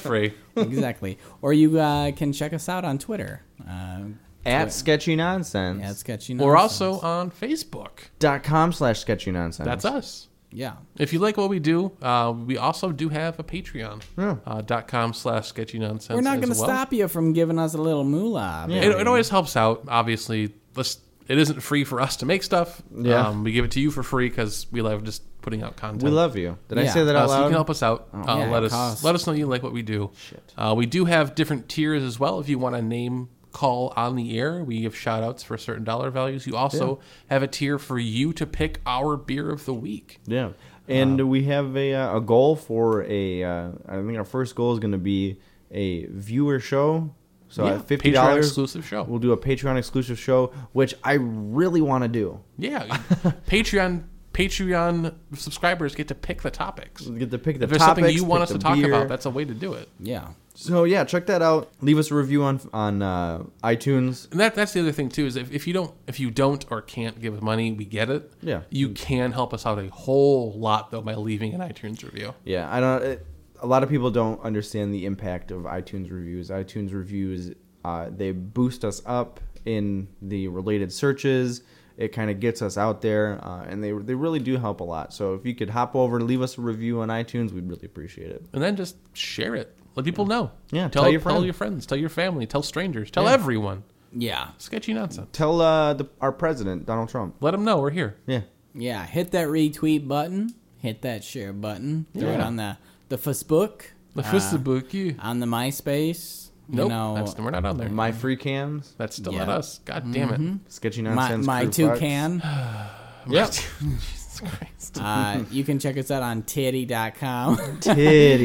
[SPEAKER 3] free.
[SPEAKER 2] exactly. Or you uh, can check us out on Twitter. Uh,
[SPEAKER 1] At sketchy nonsense.
[SPEAKER 2] yeah, sketchy.
[SPEAKER 3] We're
[SPEAKER 2] Nonsense.
[SPEAKER 3] also
[SPEAKER 1] uh,
[SPEAKER 3] on Facebook.
[SPEAKER 1] dot com slash sketchy nonsense.
[SPEAKER 3] That's us.
[SPEAKER 2] yeah.
[SPEAKER 3] If you like what we do, uh, we also do have a Patreon.
[SPEAKER 1] Yeah.
[SPEAKER 3] Uh, dot com slash sketchy nonsense.
[SPEAKER 2] We're not going
[SPEAKER 3] going
[SPEAKER 2] to stop you from giving us a little moolah.
[SPEAKER 1] Yeah.
[SPEAKER 3] It, it always helps out. Obviously, let's. It isn't free for us to make stuff.
[SPEAKER 1] Yeah.
[SPEAKER 3] Um, we give it to you for free because we love just putting out content.
[SPEAKER 1] We love you. Did I
[SPEAKER 2] Yeah.
[SPEAKER 1] say that
[SPEAKER 3] Uh,
[SPEAKER 1] out
[SPEAKER 3] so you
[SPEAKER 1] loud?
[SPEAKER 3] can help us out. uh,
[SPEAKER 2] Yeah,
[SPEAKER 3] let
[SPEAKER 2] it
[SPEAKER 3] us
[SPEAKER 2] costs.
[SPEAKER 3] let us know you like what we do.
[SPEAKER 1] Shit.
[SPEAKER 3] Uh, we do have different tiers as well. If you want a name call on the air, we give shout outs for certain dollar values. You also have a tier for you to pick our beer of the week.
[SPEAKER 1] Yeah, and we have a uh, a goal for a. Uh, I think our first goal is going to be a viewer show. So
[SPEAKER 3] Yeah,
[SPEAKER 1] at fifty
[SPEAKER 3] Patreon
[SPEAKER 1] dollars
[SPEAKER 3] exclusive show.
[SPEAKER 1] we'll do a Patreon exclusive show, which I really want to do.
[SPEAKER 3] Yeah, Patreon Patreon subscribers get to pick the topics.
[SPEAKER 1] Get to pick the
[SPEAKER 3] If there's
[SPEAKER 1] topics,
[SPEAKER 3] something you want
[SPEAKER 1] pick
[SPEAKER 3] us to
[SPEAKER 1] the
[SPEAKER 3] talk
[SPEAKER 1] beer.
[SPEAKER 3] about, that's a way to do it.
[SPEAKER 2] Yeah.
[SPEAKER 1] So yeah, check that out. Leave us a review on on uh, iTunes.
[SPEAKER 3] And that that's the other thing too is if, if you don't if you don't or can't give money, we get it.
[SPEAKER 1] Yeah.
[SPEAKER 3] you can help us out a whole lot though by leaving an iTunes review.
[SPEAKER 1] Yeah, I don't. It, a lot of people don't understand the impact of iTunes reviews. iTunes reviews, uh, they boost us up in the related searches. It kind of gets us out there, uh, and they they really do help a lot. So if you could hop over and leave us a review on iTunes, we'd really appreciate it.
[SPEAKER 3] and then just share it. Let people know.
[SPEAKER 1] Yeah,
[SPEAKER 3] tell,
[SPEAKER 1] tell your
[SPEAKER 3] tell
[SPEAKER 1] friend.
[SPEAKER 3] your friends, tell your family, tell strangers, tell everyone.
[SPEAKER 2] Yeah.
[SPEAKER 3] Sketchy nonsense.
[SPEAKER 1] Tell uh, the, our president Donald Trump.
[SPEAKER 3] Let them know we're here.
[SPEAKER 1] Yeah,
[SPEAKER 2] Yeah. Hit that retweet button. Hit that share button. Throw it
[SPEAKER 1] Yeah.
[SPEAKER 2] on the the Facebook,
[SPEAKER 3] The Facebook, you.
[SPEAKER 2] on the MySpace.
[SPEAKER 3] Nope,
[SPEAKER 2] You know,
[SPEAKER 3] that's, we're not on there.
[SPEAKER 1] Ah, my Mm-hmm. free cams,
[SPEAKER 3] that's still
[SPEAKER 2] Yeah.
[SPEAKER 3] not us. God damn it.
[SPEAKER 1] sketchy
[SPEAKER 2] my,
[SPEAKER 1] nonsense.
[SPEAKER 2] my
[SPEAKER 1] Crew
[SPEAKER 2] two
[SPEAKER 1] Fox.
[SPEAKER 2] can.
[SPEAKER 3] Yep. Jesus Christ.
[SPEAKER 2] Uh, you can check us out on titty.com.
[SPEAKER 1] titty.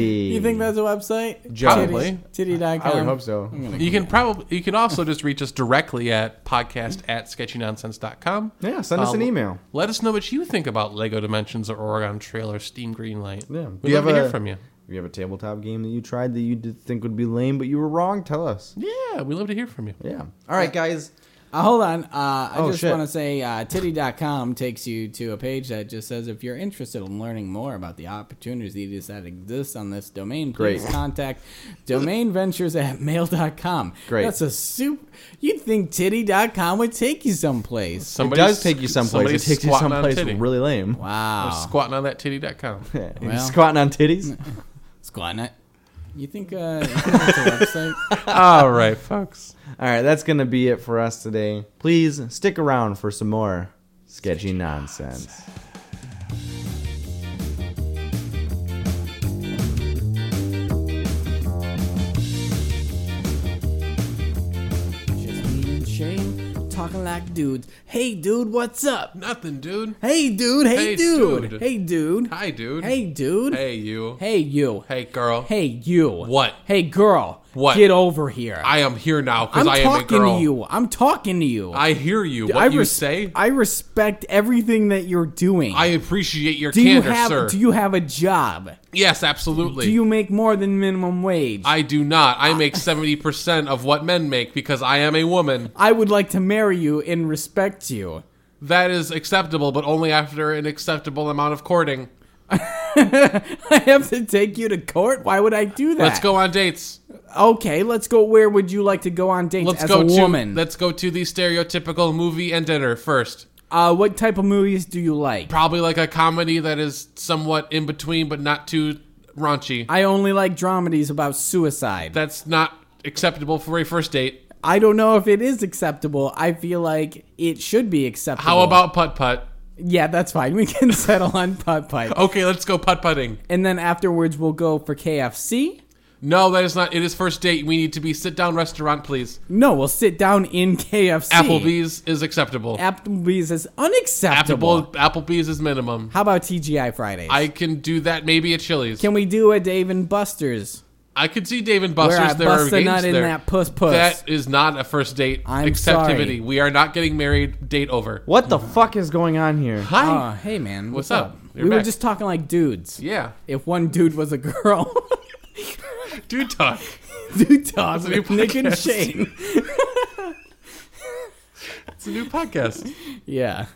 [SPEAKER 2] you think that's a website?
[SPEAKER 3] Probably.
[SPEAKER 2] Titty, titty.com.
[SPEAKER 1] I would hope so.
[SPEAKER 3] You can probably you can also just reach us directly at podcast at sketchynonsense.com.
[SPEAKER 1] Yeah, send us
[SPEAKER 3] Uh,
[SPEAKER 1] an email.
[SPEAKER 3] Let us know what you think about Lego Dimensions or Oregon Trail or Steam Greenlight.
[SPEAKER 1] Yeah. Do
[SPEAKER 3] We'd
[SPEAKER 1] you
[SPEAKER 3] love to
[SPEAKER 1] have
[SPEAKER 3] hear
[SPEAKER 1] a-
[SPEAKER 3] from you.
[SPEAKER 1] If you have a tabletop game that you tried that you did think would be lame, but you were wrong, tell us.
[SPEAKER 3] Yeah, we love to hear from you.
[SPEAKER 1] Yeah. All right, guys.
[SPEAKER 2] Uh, hold on. Uh, I
[SPEAKER 1] Oh,
[SPEAKER 2] just
[SPEAKER 1] shit.
[SPEAKER 2] want to say uh, titty.com takes you to a page that just says if you're interested in learning more about the opportunities that exist on this domain, please
[SPEAKER 1] Great.
[SPEAKER 2] contact domainventures at mail.com.
[SPEAKER 1] Great.
[SPEAKER 2] That's a super. You'd think titty.com would take you someplace.
[SPEAKER 1] it does take you someplace. It
[SPEAKER 3] somebody's
[SPEAKER 1] takes you
[SPEAKER 3] squatting on
[SPEAKER 1] someplace
[SPEAKER 3] titty.
[SPEAKER 1] really lame.
[SPEAKER 3] They're
[SPEAKER 2] Wow.
[SPEAKER 3] Squatting on that titty.com.
[SPEAKER 1] Yeah. You
[SPEAKER 2] Well.
[SPEAKER 1] squatting on titties?
[SPEAKER 2] Squatting it. You think, uh, you think that's a website?
[SPEAKER 3] All right, folks.
[SPEAKER 1] All right, that's going to be it for us today. Please stick around for some more sketchy nonsense.
[SPEAKER 2] Just me and Shane talking like dudes. Hey, dude, what's up?
[SPEAKER 3] Nothing, dude.
[SPEAKER 2] Hey, dude. Hey,
[SPEAKER 3] Hey,
[SPEAKER 2] dude.
[SPEAKER 3] dude.
[SPEAKER 2] Hey, dude.
[SPEAKER 3] Hi, dude.
[SPEAKER 2] Hey, dude.
[SPEAKER 3] Hey, you.
[SPEAKER 2] Hey, you.
[SPEAKER 3] Hey, girl.
[SPEAKER 2] Hey, you.
[SPEAKER 3] What?
[SPEAKER 2] Hey, girl.
[SPEAKER 3] What?
[SPEAKER 2] Get over here.
[SPEAKER 3] I am here now because
[SPEAKER 2] am
[SPEAKER 3] I am a
[SPEAKER 2] talking
[SPEAKER 3] girl.
[SPEAKER 2] to you. I'm talking to you.
[SPEAKER 3] I hear you. What
[SPEAKER 2] I
[SPEAKER 3] you
[SPEAKER 2] res-
[SPEAKER 3] say.
[SPEAKER 2] I
[SPEAKER 3] I,
[SPEAKER 2] respect everything that you're doing.
[SPEAKER 3] appreciate your
[SPEAKER 2] do you
[SPEAKER 3] candor,
[SPEAKER 2] have
[SPEAKER 3] sir.
[SPEAKER 2] Do you have a job?
[SPEAKER 3] yes, absolutely.
[SPEAKER 2] Do you make more than minimum wage?
[SPEAKER 3] I do not. I make seventy percent of what men make because I am a woman.
[SPEAKER 2] I would like to marry you and respect you.
[SPEAKER 3] That is acceptable, but only after an acceptable amount of courting.
[SPEAKER 2] I have to take you to court. Why would I do that?
[SPEAKER 3] Let's go on dates.
[SPEAKER 2] okay, let's go. Where would you like to go on dates
[SPEAKER 3] Let's
[SPEAKER 2] as
[SPEAKER 3] go
[SPEAKER 2] a
[SPEAKER 3] to
[SPEAKER 2] woman?
[SPEAKER 3] let's go to the stereotypical movie and dinner first.
[SPEAKER 2] uh, what type of movies do you like?
[SPEAKER 3] Probably like a comedy that is somewhat in between but not too raunchy.
[SPEAKER 2] I only like dramedies about suicide.
[SPEAKER 3] That's not acceptable for a first date.
[SPEAKER 2] I don't know if it is acceptable. I feel like it should be acceptable.
[SPEAKER 3] How about putt putt?
[SPEAKER 2] Yeah, that's fine. We can settle on putt putt.
[SPEAKER 3] Okay, let's go putt putting.
[SPEAKER 2] And then afterwards, we'll go for KFC.
[SPEAKER 3] No, that is not. It is first date. We need to be sit down restaurant, please.
[SPEAKER 2] No, we'll sit down in KFC.
[SPEAKER 3] Applebee's is acceptable.
[SPEAKER 2] Applebee's is unacceptable.
[SPEAKER 3] Apple, Applebee's is minimum.
[SPEAKER 2] How about TGI Fridays?
[SPEAKER 3] I can do that. Maybe at Chili's.
[SPEAKER 2] Can we do a Dave and Buster's?
[SPEAKER 3] I could see Dave and
[SPEAKER 2] Where I
[SPEAKER 3] Buster's. There are
[SPEAKER 2] bust a
[SPEAKER 3] games
[SPEAKER 2] nut in
[SPEAKER 3] there.
[SPEAKER 2] that puss puss.
[SPEAKER 3] That is not a first date
[SPEAKER 2] I'm
[SPEAKER 3] acceptability.
[SPEAKER 2] sorry.
[SPEAKER 3] We are not getting married. Date over.
[SPEAKER 1] What the fuck is going on here?
[SPEAKER 3] Hi.
[SPEAKER 2] Aw, hey man, what's,
[SPEAKER 3] What's up?
[SPEAKER 2] up?
[SPEAKER 3] You're
[SPEAKER 2] we were
[SPEAKER 3] back.
[SPEAKER 2] just talking like dudes.
[SPEAKER 3] yeah.
[SPEAKER 2] If one dude was a girl,
[SPEAKER 3] Dude talk.
[SPEAKER 2] dude talk
[SPEAKER 3] a new
[SPEAKER 2] with Nick and
[SPEAKER 3] podcast.
[SPEAKER 2] Shane.
[SPEAKER 3] It's a new podcast.
[SPEAKER 2] yeah.